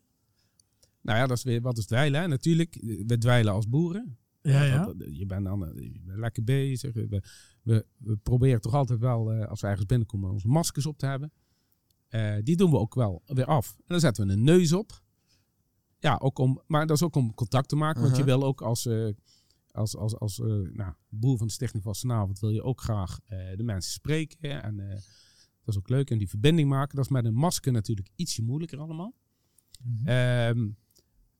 [SPEAKER 1] Nou ja, dat is weer wat is dweilen. hè? Natuurlijk, we dweilen als boeren.
[SPEAKER 3] Ja, ja.
[SPEAKER 1] Dat- dat- je, bent dan, eh, je bent lekker bezig. We, we, we proberen toch altijd wel, eh, als we ergens binnenkomen, onze maskers op te hebben. Eh, die doen we ook wel weer af. En dan zetten we een neus op. Ja, ook om, maar dat is ook om contact te maken. Want
[SPEAKER 4] Uh-huh.
[SPEAKER 1] je wil ook als, eh, als, als, als eh, nou, boer van de Stichting van vanavond... wil je ook graag eh, de mensen spreken. En eh, dat is ook leuk. En die verbinding maken. Dat is met een masker natuurlijk ietsje moeilijker allemaal.
[SPEAKER 3] Mhm.
[SPEAKER 1] Ehm,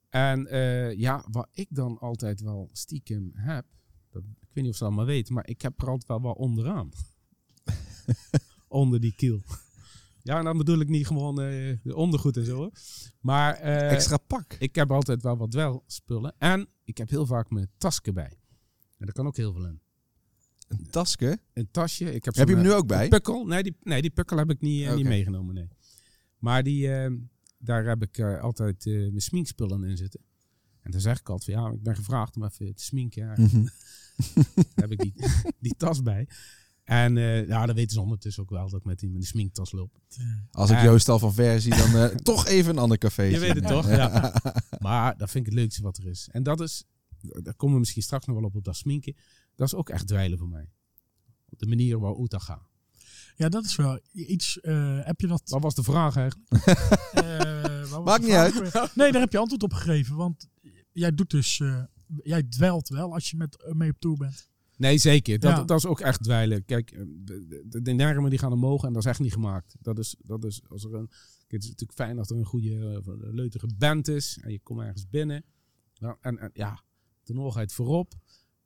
[SPEAKER 1] en eh, ja, wat ik dan altijd wel stiekem heb, dat, ik weet niet of ze allemaal weten, maar ik heb er altijd wel wat
[SPEAKER 4] (laughs)
[SPEAKER 1] onderaan. Onder die kiel. Ja, en dan bedoel ik niet gewoon eh, de ondergoed en zo. hoor. Maar eh,
[SPEAKER 4] Extra pak.
[SPEAKER 1] ik heb altijd wel wat wel spullen. En ik heb heel vaak mijn tasken bij. En daar kan ook heel veel in.
[SPEAKER 4] Een tasken.
[SPEAKER 1] Een tasje. Ik heb
[SPEAKER 4] Heb je
[SPEAKER 1] zo'n,
[SPEAKER 4] hem
[SPEAKER 1] eh,
[SPEAKER 4] nu ook bij?
[SPEAKER 1] die pukkel? Nee, die, nee, die pukkel heb ik niet, eh, niet
[SPEAKER 4] Oké.
[SPEAKER 1] meegenomen, nee. Maar die, eh, daar heb ik eh, altijd eh, mijn sminkspullen in zitten. En dan zeg ik altijd van, ja, ik ben gevraagd om even te sminken. Ja,
[SPEAKER 4] Mhm.
[SPEAKER 1] (laughs) daar heb ik die, (laughs) die tas bij. En eh ja, dat weten ze ondertussen ook wel dat ik met die, met die sminktas loop.
[SPEAKER 4] Als ik
[SPEAKER 1] Eh.
[SPEAKER 4] Joost al van ver zie,
[SPEAKER 1] (laughs)
[SPEAKER 4] dan eh, toch even een ander café.
[SPEAKER 1] Je weet het toch? Ja. Maar dat vind ik het leukste wat er is. En dat is, daar komen we misschien straks nog wel op, op dat sminken. Dat is ook echt dweilen voor mij. Op de manier waarop dat gaat.
[SPEAKER 3] Ja, dat is wel iets. eh, heb je dat?
[SPEAKER 1] Wat was de vraag eigenlijk?
[SPEAKER 3] eh, waar was
[SPEAKER 4] Maakt
[SPEAKER 3] de
[SPEAKER 4] niet
[SPEAKER 3] vraag weer? Nee, daar heb je antwoord op gegeven. Want jij doet dus. eh, jij dwelt wel als je met, eh, mee op tour bent.
[SPEAKER 1] Nee, zeker. Dat,
[SPEAKER 3] Ja.
[SPEAKER 1] dat is ook echt dweilen. Kijk, eh, de, de, de denariumen die gaan omhoog en dat is echt niet gemaakt. Dat is, dat is als er een. kijk, Het is natuurlijk fijn dat er een goede, eh, van- leutige band is en je komt ergens binnen. Nou, en, en ja, de noorheid voorop.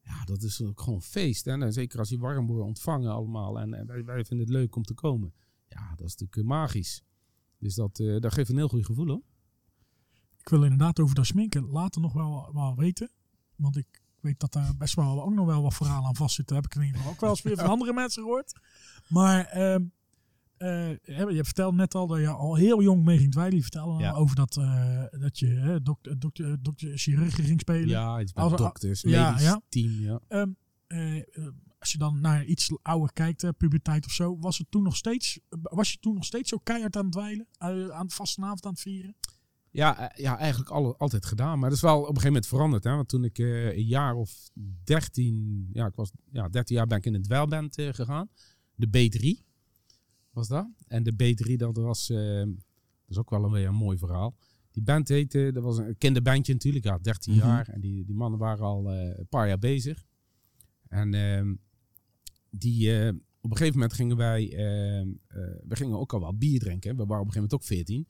[SPEAKER 1] Ja, dat is ook gewoon feest. Hè? En zeker als je warm wordt ontvangen allemaal. En, en wij, wij vinden het leuk om te komen. Ja, dat is natuurlijk eh, magisch. Dus dat, eh, dat geeft een heel goed gevoel hoor.
[SPEAKER 3] Ik wil inderdaad over dat sminken later nog wel, wel weten. Want ik weet dat daar best wel ook nog wel wat verhalen aan vastzitten. Heb ik in ieder geval ook wel eens weer van andere mensen gehoord. Maar ehm, eh, je je vertelde net al dat je al heel jong mee ging dweilen. Je vertelde
[SPEAKER 1] Ja.
[SPEAKER 3] over dat, eh, dat je eh, dokter, dokter, dokter eh, chirurgen ging spelen.
[SPEAKER 1] Ja, het is bij
[SPEAKER 3] Als-
[SPEAKER 1] dokters,
[SPEAKER 3] ja,
[SPEAKER 1] medisch
[SPEAKER 3] ja.
[SPEAKER 1] team. Ja.
[SPEAKER 3] Ehm, eh, eh, als je dan naar iets ouder kijkt, eh, puberteit of zo, was, het toen nog steeds, was je toen nog steeds zo keihard aan het dweilen? Eh, aan het vastenavond aan het vieren?
[SPEAKER 1] Ja, eh, ja eigenlijk alle, altijd gedaan. Maar dat is wel op een gegeven moment veranderd. Hè? Want toen ik eh, een jaar of 13, ja, ik was, ja, 13 jaar ben ik in een dweilband eh, gegaan. De B3 was dat. En de B3, dat was, eh, dat is ook wel een, weer een mooi verhaal. Die band heette, dat was een kinderbandje natuurlijk, ja, 13
[SPEAKER 4] Mhm.
[SPEAKER 1] jaar. En die, die mannen waren al eh, een paar jaar bezig. En ehm, die, eh, op een gegeven moment gingen wij, ehm, eh, we gingen ook al wel bier drinken. We waren op een gegeven moment ook 14.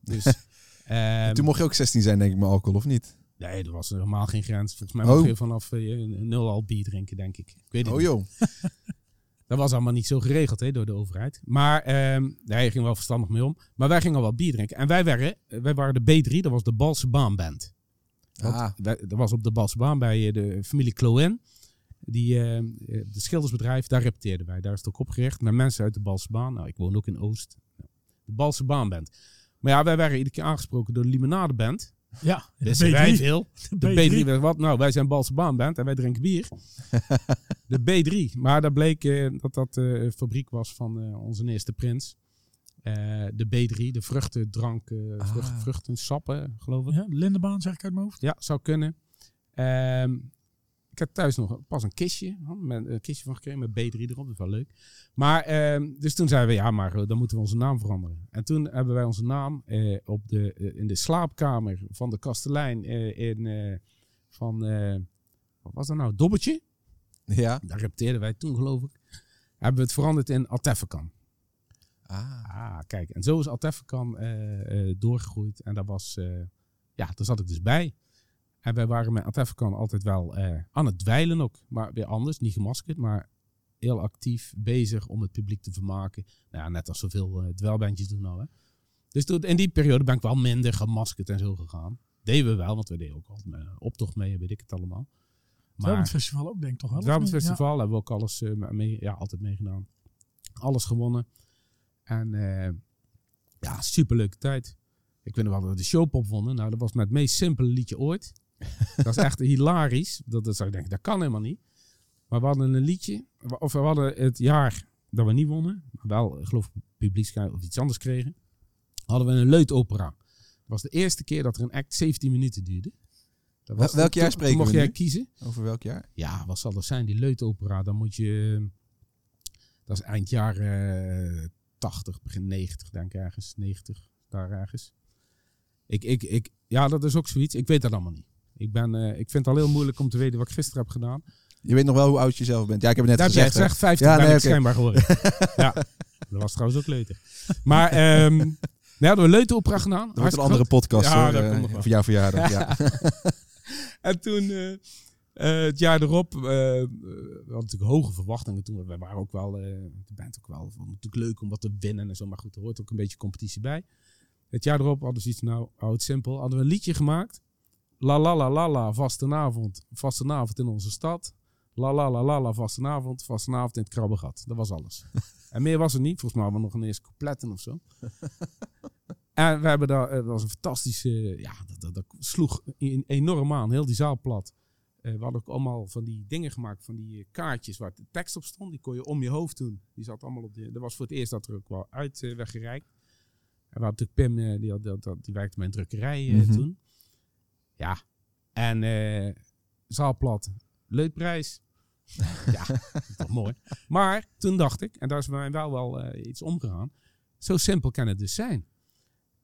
[SPEAKER 1] Dus,
[SPEAKER 4] (laughs)
[SPEAKER 1] ehm,
[SPEAKER 4] Toen mocht je ook 16 zijn, denk ik, met alcohol, of niet?
[SPEAKER 1] Nee, er was helemaal geen grens. Volgens mij
[SPEAKER 4] Oh.
[SPEAKER 1] mocht je vanaf eh, nul al bier drinken, denk ik. Ik weet het
[SPEAKER 4] Oh
[SPEAKER 1] niet.
[SPEAKER 4] joh.
[SPEAKER 1] Dat was allemaal niet zo geregeld hè, door de overheid. Maar ehm hij ging wel verstandig mee om. Maar wij gingen al wel bier drinken. En wij waren, wij waren de B3, dat was de Balse Baan Band. Want
[SPEAKER 4] Ah.
[SPEAKER 1] wij- dat was op de Balse Baan bij eh, de familie Cloën. Die, eh, eh, de schildersbedrijf, daar repeteerden wij. Daar is het ook opgericht naar mensen uit de Balse Baan. Nou, ik woon ook in Oost. De Balse Baan Band. Maar ja, wij werden iedere keer aangesproken door de Limonade Band.
[SPEAKER 3] Ja, de
[SPEAKER 1] Wisten wij
[SPEAKER 3] B3.
[SPEAKER 1] veel. De
[SPEAKER 3] B3.
[SPEAKER 1] B3, werd wat nou? Wij zijn Balse Baan Band en wij drinken bier. de B3. Maar daar bleek eh, dat dat eh, een fabriek was van eh, onze eerste prins. Eh, de B3, de vruchtendrank, eh vrucht,
[SPEAKER 4] Ah.
[SPEAKER 1] vruchtensappen, geloof ik.
[SPEAKER 3] Ja, Lindebaan zeg ik uit mijn hoofd.
[SPEAKER 1] Ja, zou kunnen. Ehm, ik heb thuis nog pas een kistje. man, Met, een kistje van gekregen met B3 erop. Dat is wel leuk. Maar, ehm, dus toen zeiden we, ja, maar eh, dan moeten we onze naam veranderen. En toen hebben wij onze naam eh, op de, eh, in de slaapkamer van de kastelein eh, in, eh, van, eh, wat was dat nou, Dobbeltje?
[SPEAKER 4] Ja.
[SPEAKER 1] Daar repeteerden wij toen, geloof ik. Hebben we het veranderd in Altefekan.
[SPEAKER 4] Ah.
[SPEAKER 1] Ah, kijk. En zo is Altefekan eh, eh, doorgegroeid. En daar was... eh, ja, daar zat ik dus bij. En wij waren met Atefkan altijd wel eh, aan het dweilen ook. Maar weer anders, niet gemaskerd, maar heel actief bezig om het publiek te vermaken. Nou ja, net als zoveel eh dwelbandjes doen nou, hè. Dus toen, in die periode ben ik wel minder gemaskerd en zo gegaan. Deden we wel, want we deden ook al een optocht mee en weet ik het allemaal.
[SPEAKER 3] Maar, het festival ook denk ik toch wel.
[SPEAKER 1] Het Brabant
[SPEAKER 3] of niet?
[SPEAKER 1] Festival hebben we ook alles eh, mee, ja, altijd meegedaan. Alles gewonnen. En eh, ja, superleuke tijd. Ik weet nog wel dat we de showpop wonnen. Nou, dat was met het meest simpele liedje
[SPEAKER 3] (laughs)
[SPEAKER 1] ooit. dat is echt hilarisch. Dat, dat zou ik denken, dat kan helemaal niet. Maar we hadden een liedje, of we hadden het jaar dat we niet wonnen, maar wel, ik geloof ik, publiekschrijf of iets anders kregen, hadden we een leutopera. Dat was de eerste keer dat er een act 17 minuten duurde. Dat was-
[SPEAKER 4] Wel- welk jaar
[SPEAKER 1] toen-
[SPEAKER 4] spreken
[SPEAKER 1] toen mocht
[SPEAKER 4] we nu?
[SPEAKER 1] jij kiezen?
[SPEAKER 4] Over welk jaar?
[SPEAKER 1] Ja, wat zal dat zijn? Die Leutopera, dan moet je... eh, Dat is eind jaren eh, 80, begin 90, denk ik ergens. 90, daar ergens. Ik, ik, ik, ja, dat is ook zoiets. Ik weet dat allemaal niet. Ik, ben, eh, ik vind het al heel moeilijk om te weten wat ik gisteren heb gedaan.
[SPEAKER 4] Je weet nog wel hoe oud je zelf bent. Ja, ik heb het net
[SPEAKER 1] Daar heb jij
[SPEAKER 4] gezegd. hè.
[SPEAKER 1] gezegd, 50
[SPEAKER 4] Ja,
[SPEAKER 1] ben
[SPEAKER 4] nee,
[SPEAKER 1] ik
[SPEAKER 4] oké.
[SPEAKER 1] schijnbaar
[SPEAKER 4] (laughs)
[SPEAKER 1] geworden. ja, dat was trouwens ook leuter. Maar ehm (laughs) nou, hadden we Leutopera gedaan.
[SPEAKER 4] Dat wordt een
[SPEAKER 1] Hartstikke
[SPEAKER 4] andere podcast
[SPEAKER 1] Ja,
[SPEAKER 4] hoor.
[SPEAKER 1] dat
[SPEAKER 4] eh,
[SPEAKER 1] komt nog wel.
[SPEAKER 4] Voor jouw verjaardag.
[SPEAKER 1] (laughs)
[SPEAKER 4] Ja.
[SPEAKER 1] En toen, eh, eh, het jaar erop, eh, we hadden natuurlijk hoge verwachtingen toen. We waren ook wel, eh, de band ook wel, vond het natuurlijk leuk om wat te winnen en zo. Maar goed, er hoort ook een beetje competitie bij. Het jaar erop hadden ze iets, nou, oud simpel, hadden we een liedje gemaakt. La la la la la, vastenavond, vastenavond in onze stad. La la la la la, vastenavond, vastenavond in het krabbegat. Dat was alles. en meer was er niet, volgens mij hadden we nog een eerste coupletten of zo. En we hebben daar, eh, dat was een fantastische, eh, ja, dat, dat, dat sloeg in- enorm aan, heel die zaal plat. Eh, we hadden ook allemaal van die dingen gemaakt, van die eh, kaartjes waar de tekst op stond. Die kon je om je hoofd doen. Die zat allemaal op de, dat was voor het eerst dat er ook wel uit eh, werd gereikt. En we hadden natuurlijk Pim, eh, die, had, dat- dat- die werkte bij een drukkerij eh,
[SPEAKER 4] Mhm.
[SPEAKER 1] toen. Ja, en eh zaal plat, leutprijs. ja, dat is toch mooi. Maar toen dacht ik, en daar is bij mij wel, wel eh, iets omgegaan. Zo simpel kan het dus zijn.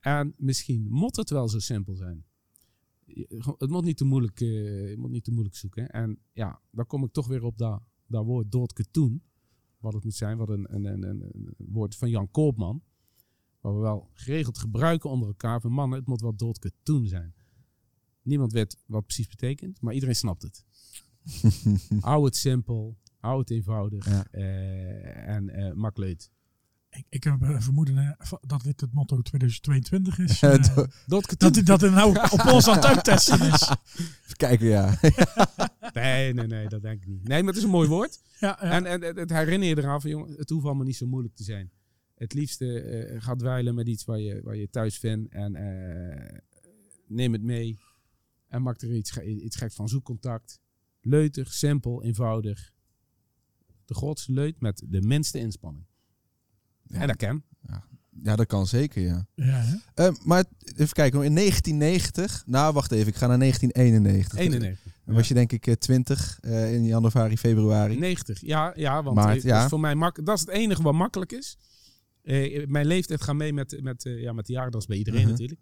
[SPEAKER 1] En misschien moet het wel zo simpel zijn. Je- Het moet niet te moeilijk, eh, je moet niet te moeilijk zoeken. En ja, dan kom ik toch weer op dat, dat woord Doodke toen. Wat het moet zijn, wat een, een, een, een, een woord van Jan Koopman. Wat we wel geregeld gebruiken onder elkaar. Van mannen, het moet wel Doodke toen zijn. Niemand weet wat het precies betekent, maar iedereen snapt het. hou het simpel, hou het eenvoudig
[SPEAKER 4] Ja.
[SPEAKER 1] eh, en eh mak leut.
[SPEAKER 3] Ik, ik heb eh, vermoeden eh, va- dat dit het motto 2022 is.
[SPEAKER 4] Ja,
[SPEAKER 3] eh,
[SPEAKER 4] do-
[SPEAKER 1] (laughs) Doodke toen.
[SPEAKER 3] dat hij dat er nou op ons aan het uittesten is.
[SPEAKER 4] Even kijken, ja.
[SPEAKER 1] Nee, nee, nee, dat denk ik niet. Nee, maar het is een mooi woord.
[SPEAKER 3] Ja, ja.
[SPEAKER 1] En, en, en het herinner je eraan van, jongen, het hoeft allemaal niet zo moeilijk te zijn. Het liefste eh ga dweilen met iets waar je, waar je thuis vindt en eh, neem het mee. En maak er iets, ge- iets gek van zoekcontact. Leutig, simpel, eenvoudig. De grootste leut met de minste inspanning.
[SPEAKER 4] Ja.
[SPEAKER 1] En dat kan.
[SPEAKER 4] Ja, dat kan zeker, ja.
[SPEAKER 3] ja, hè?
[SPEAKER 4] Eh, maar even kijken, hoor. in 1990... Nou, wacht even, ik ga naar 1991.
[SPEAKER 1] 91.
[SPEAKER 4] Dan was je denk ik eh, 20 eh, in januari, februari.
[SPEAKER 1] 90, ja, ja want
[SPEAKER 4] Maart,
[SPEAKER 1] eh, dat
[SPEAKER 4] ja.
[SPEAKER 1] is voor mij mak dat is het enige wat makkelijk is. Eh, mijn leeftijd gaat mee met, met, eh, ja, met de jaren, dat is bij iedereen
[SPEAKER 4] Mhm.
[SPEAKER 1] natuurlijk.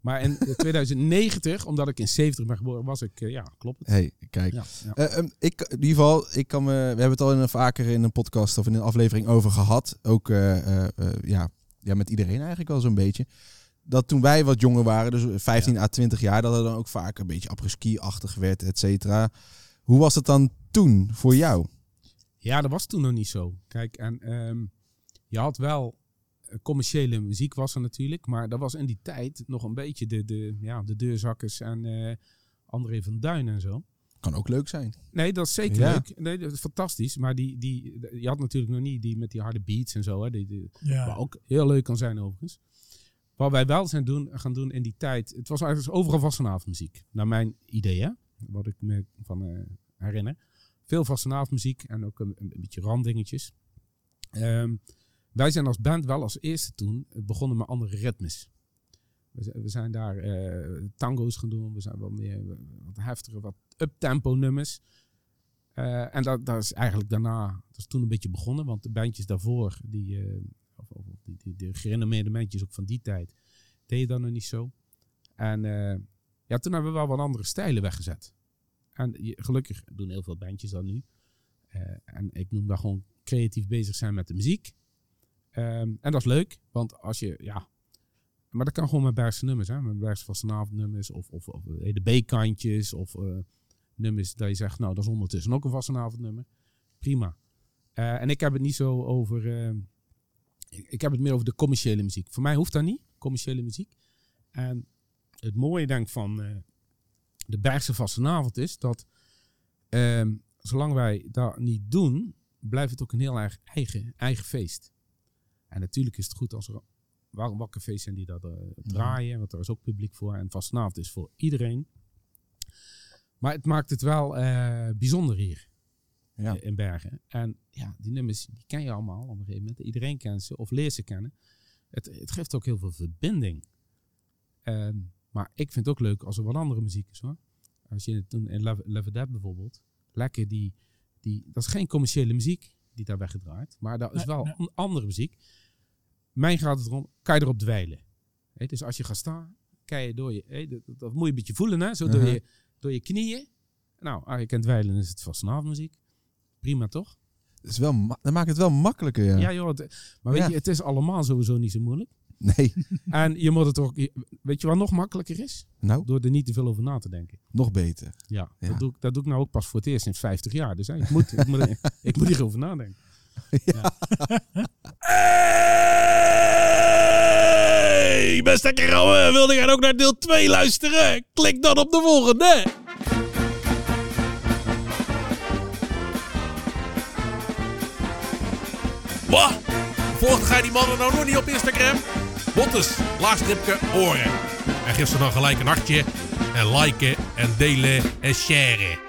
[SPEAKER 1] Maar in eh, 2090, omdat ik in 70 ben geboren, was ik, eh, ja, klopt het.
[SPEAKER 4] hey, kijk.
[SPEAKER 1] Ja, ja.
[SPEAKER 4] Eh, ehm, ik, in ieder geval, ik kan me, we hebben het al in een, vaker in een podcast of in een aflevering over gehad. Ook eh, eh, eh, ja, ja, met iedereen eigenlijk wel zo'n beetje. Dat toen wij wat jonger waren, dus 15 à 20 jaar, dat er dan ook vaak een beetje apres-ski-achtig werd, et cetera. Hoe was het dan toen voor jou?
[SPEAKER 1] Ja, dat was toen nog niet zo. Kijk, en ehm, je had wel eh, commerciële muziek was er natuurlijk, maar dat was in die tijd nog een beetje de, de, ja, de deurzakkers en eh André van Duin en zo.
[SPEAKER 4] Kan ook leuk zijn.
[SPEAKER 1] Nee, dat is zeker
[SPEAKER 4] Ja.
[SPEAKER 1] leuk. Nee, dat is fantastisch. Maar die, die, je had natuurlijk nog niet die met die harde beats en zo. Hè, die, die- Wat
[SPEAKER 3] Ja.
[SPEAKER 1] ook heel leuk kan zijn overigens. Wat wij wel zijn doen, gaan doen in die tijd. Het was eigenlijk overal vastenavondmuziek. Naar mijn idee, hè? Wat ik me van eh, herinner. Veel vastenavondmuziek en ook een, een beetje randdingetjes. Ehm, wij zijn als band wel als eerste toen eh, begonnen met andere ritmes. We zijn, we zijn daar eh, tango's gaan doen. We zijn wel meer eh, wat heftige, wat uptempo nummers. Eh, en dat, dat is eigenlijk daarna, dat is toen een beetje begonnen. Want de bandjes daarvoor, die, eh, of, of die, die, die gerenommeerde bandjes ook van die tijd, deden dat nog niet zo. En eh, ja, toen hebben we wel wat andere stijlen weggezet. En je- gelukkig doen heel veel bandjes dat nu. Eh, en ik noem dat gewoon creatief bezig zijn met de muziek. Ehm, en dat is leuk, want als je, ja... Maar dat kan gewoon met Bergse nummers, hè. Met Bergse vastenavondnummers of, of, of eh, de B-kantjes of eh, nummers dat je zegt, nou, dat is ondertussen ook een vastenavondnummer. Prima. Eh, en ik heb het niet zo over... ehm, ik, ik heb het meer over de commerciële muziek. Voor mij hoeft dat niet, commerciële muziek. En het mooie denk ik van eh, de Bergse Vastenavond is dat ehm, zolang wij dat niet doen, blijft het ook een heel erg eigen, eigen feest. En natuurlijk is het goed als er wel wakker feest zijn die dat eh, draaien, want er is ook publiek voor. En Vastenavond is voor iedereen. Maar het maakt het wel eh, bijzonder hier
[SPEAKER 4] Ja.
[SPEAKER 1] eh, in Bergen. En ja, die nummers die ken je allemaal op een gegeven moment. Iedereen kent ze of leert ze kennen. Het, het geeft ook heel veel verbinding. Ehm, maar ik vind het ook leuk als er wat andere muziek is hoor. Als je het toen in Love, Love It Up bijvoorbeeld. Lekker die, die... Dat is geen commerciële muziek die daar weggedraaid. Maar dat is
[SPEAKER 3] Nee,
[SPEAKER 1] wel
[SPEAKER 3] nee.
[SPEAKER 1] an- andere muziek. Mij gaat het erom, kan je erop dweilen. Hè, dus als je gaat staan, kan je door je... hè, dat, dat- dat moet je een beetje voelen hè. Zo door,
[SPEAKER 4] Mhm.
[SPEAKER 1] je, door je knieën. Nou, als je kent dweilen is het vastenavondmuziek. Prima toch?
[SPEAKER 4] Dat, is wel ma- dat maakt het wel makkelijker, ja.
[SPEAKER 1] Ja, joh. het- maar weet
[SPEAKER 4] Ja.
[SPEAKER 1] je, het is allemaal sowieso niet zo moeilijk.
[SPEAKER 4] Nee,
[SPEAKER 1] En je moet het ook... Weet je wat nog makkelijker is?
[SPEAKER 4] nou,
[SPEAKER 1] Door er niet te veel over na te denken.
[SPEAKER 4] nog beter.
[SPEAKER 1] Ja,
[SPEAKER 4] Ja.
[SPEAKER 1] Dat, doe ik, dat doe ik nou ook pas voor het eerst in 50 jaar. Dus hè, ik, moet, ik,
[SPEAKER 4] (laughs)
[SPEAKER 1] moet, ik moet hierover nadenken.
[SPEAKER 2] Hey, beste kerel, eh, wilde jij ook naar deel 2 luisteren? Klik dan op de volgende. Wat? Volgt gij die mannen nou nog niet op Instagram? Bottes, laagstripke, oren. En geef ze dan gelijk een hartje. En liken en delen en sharen.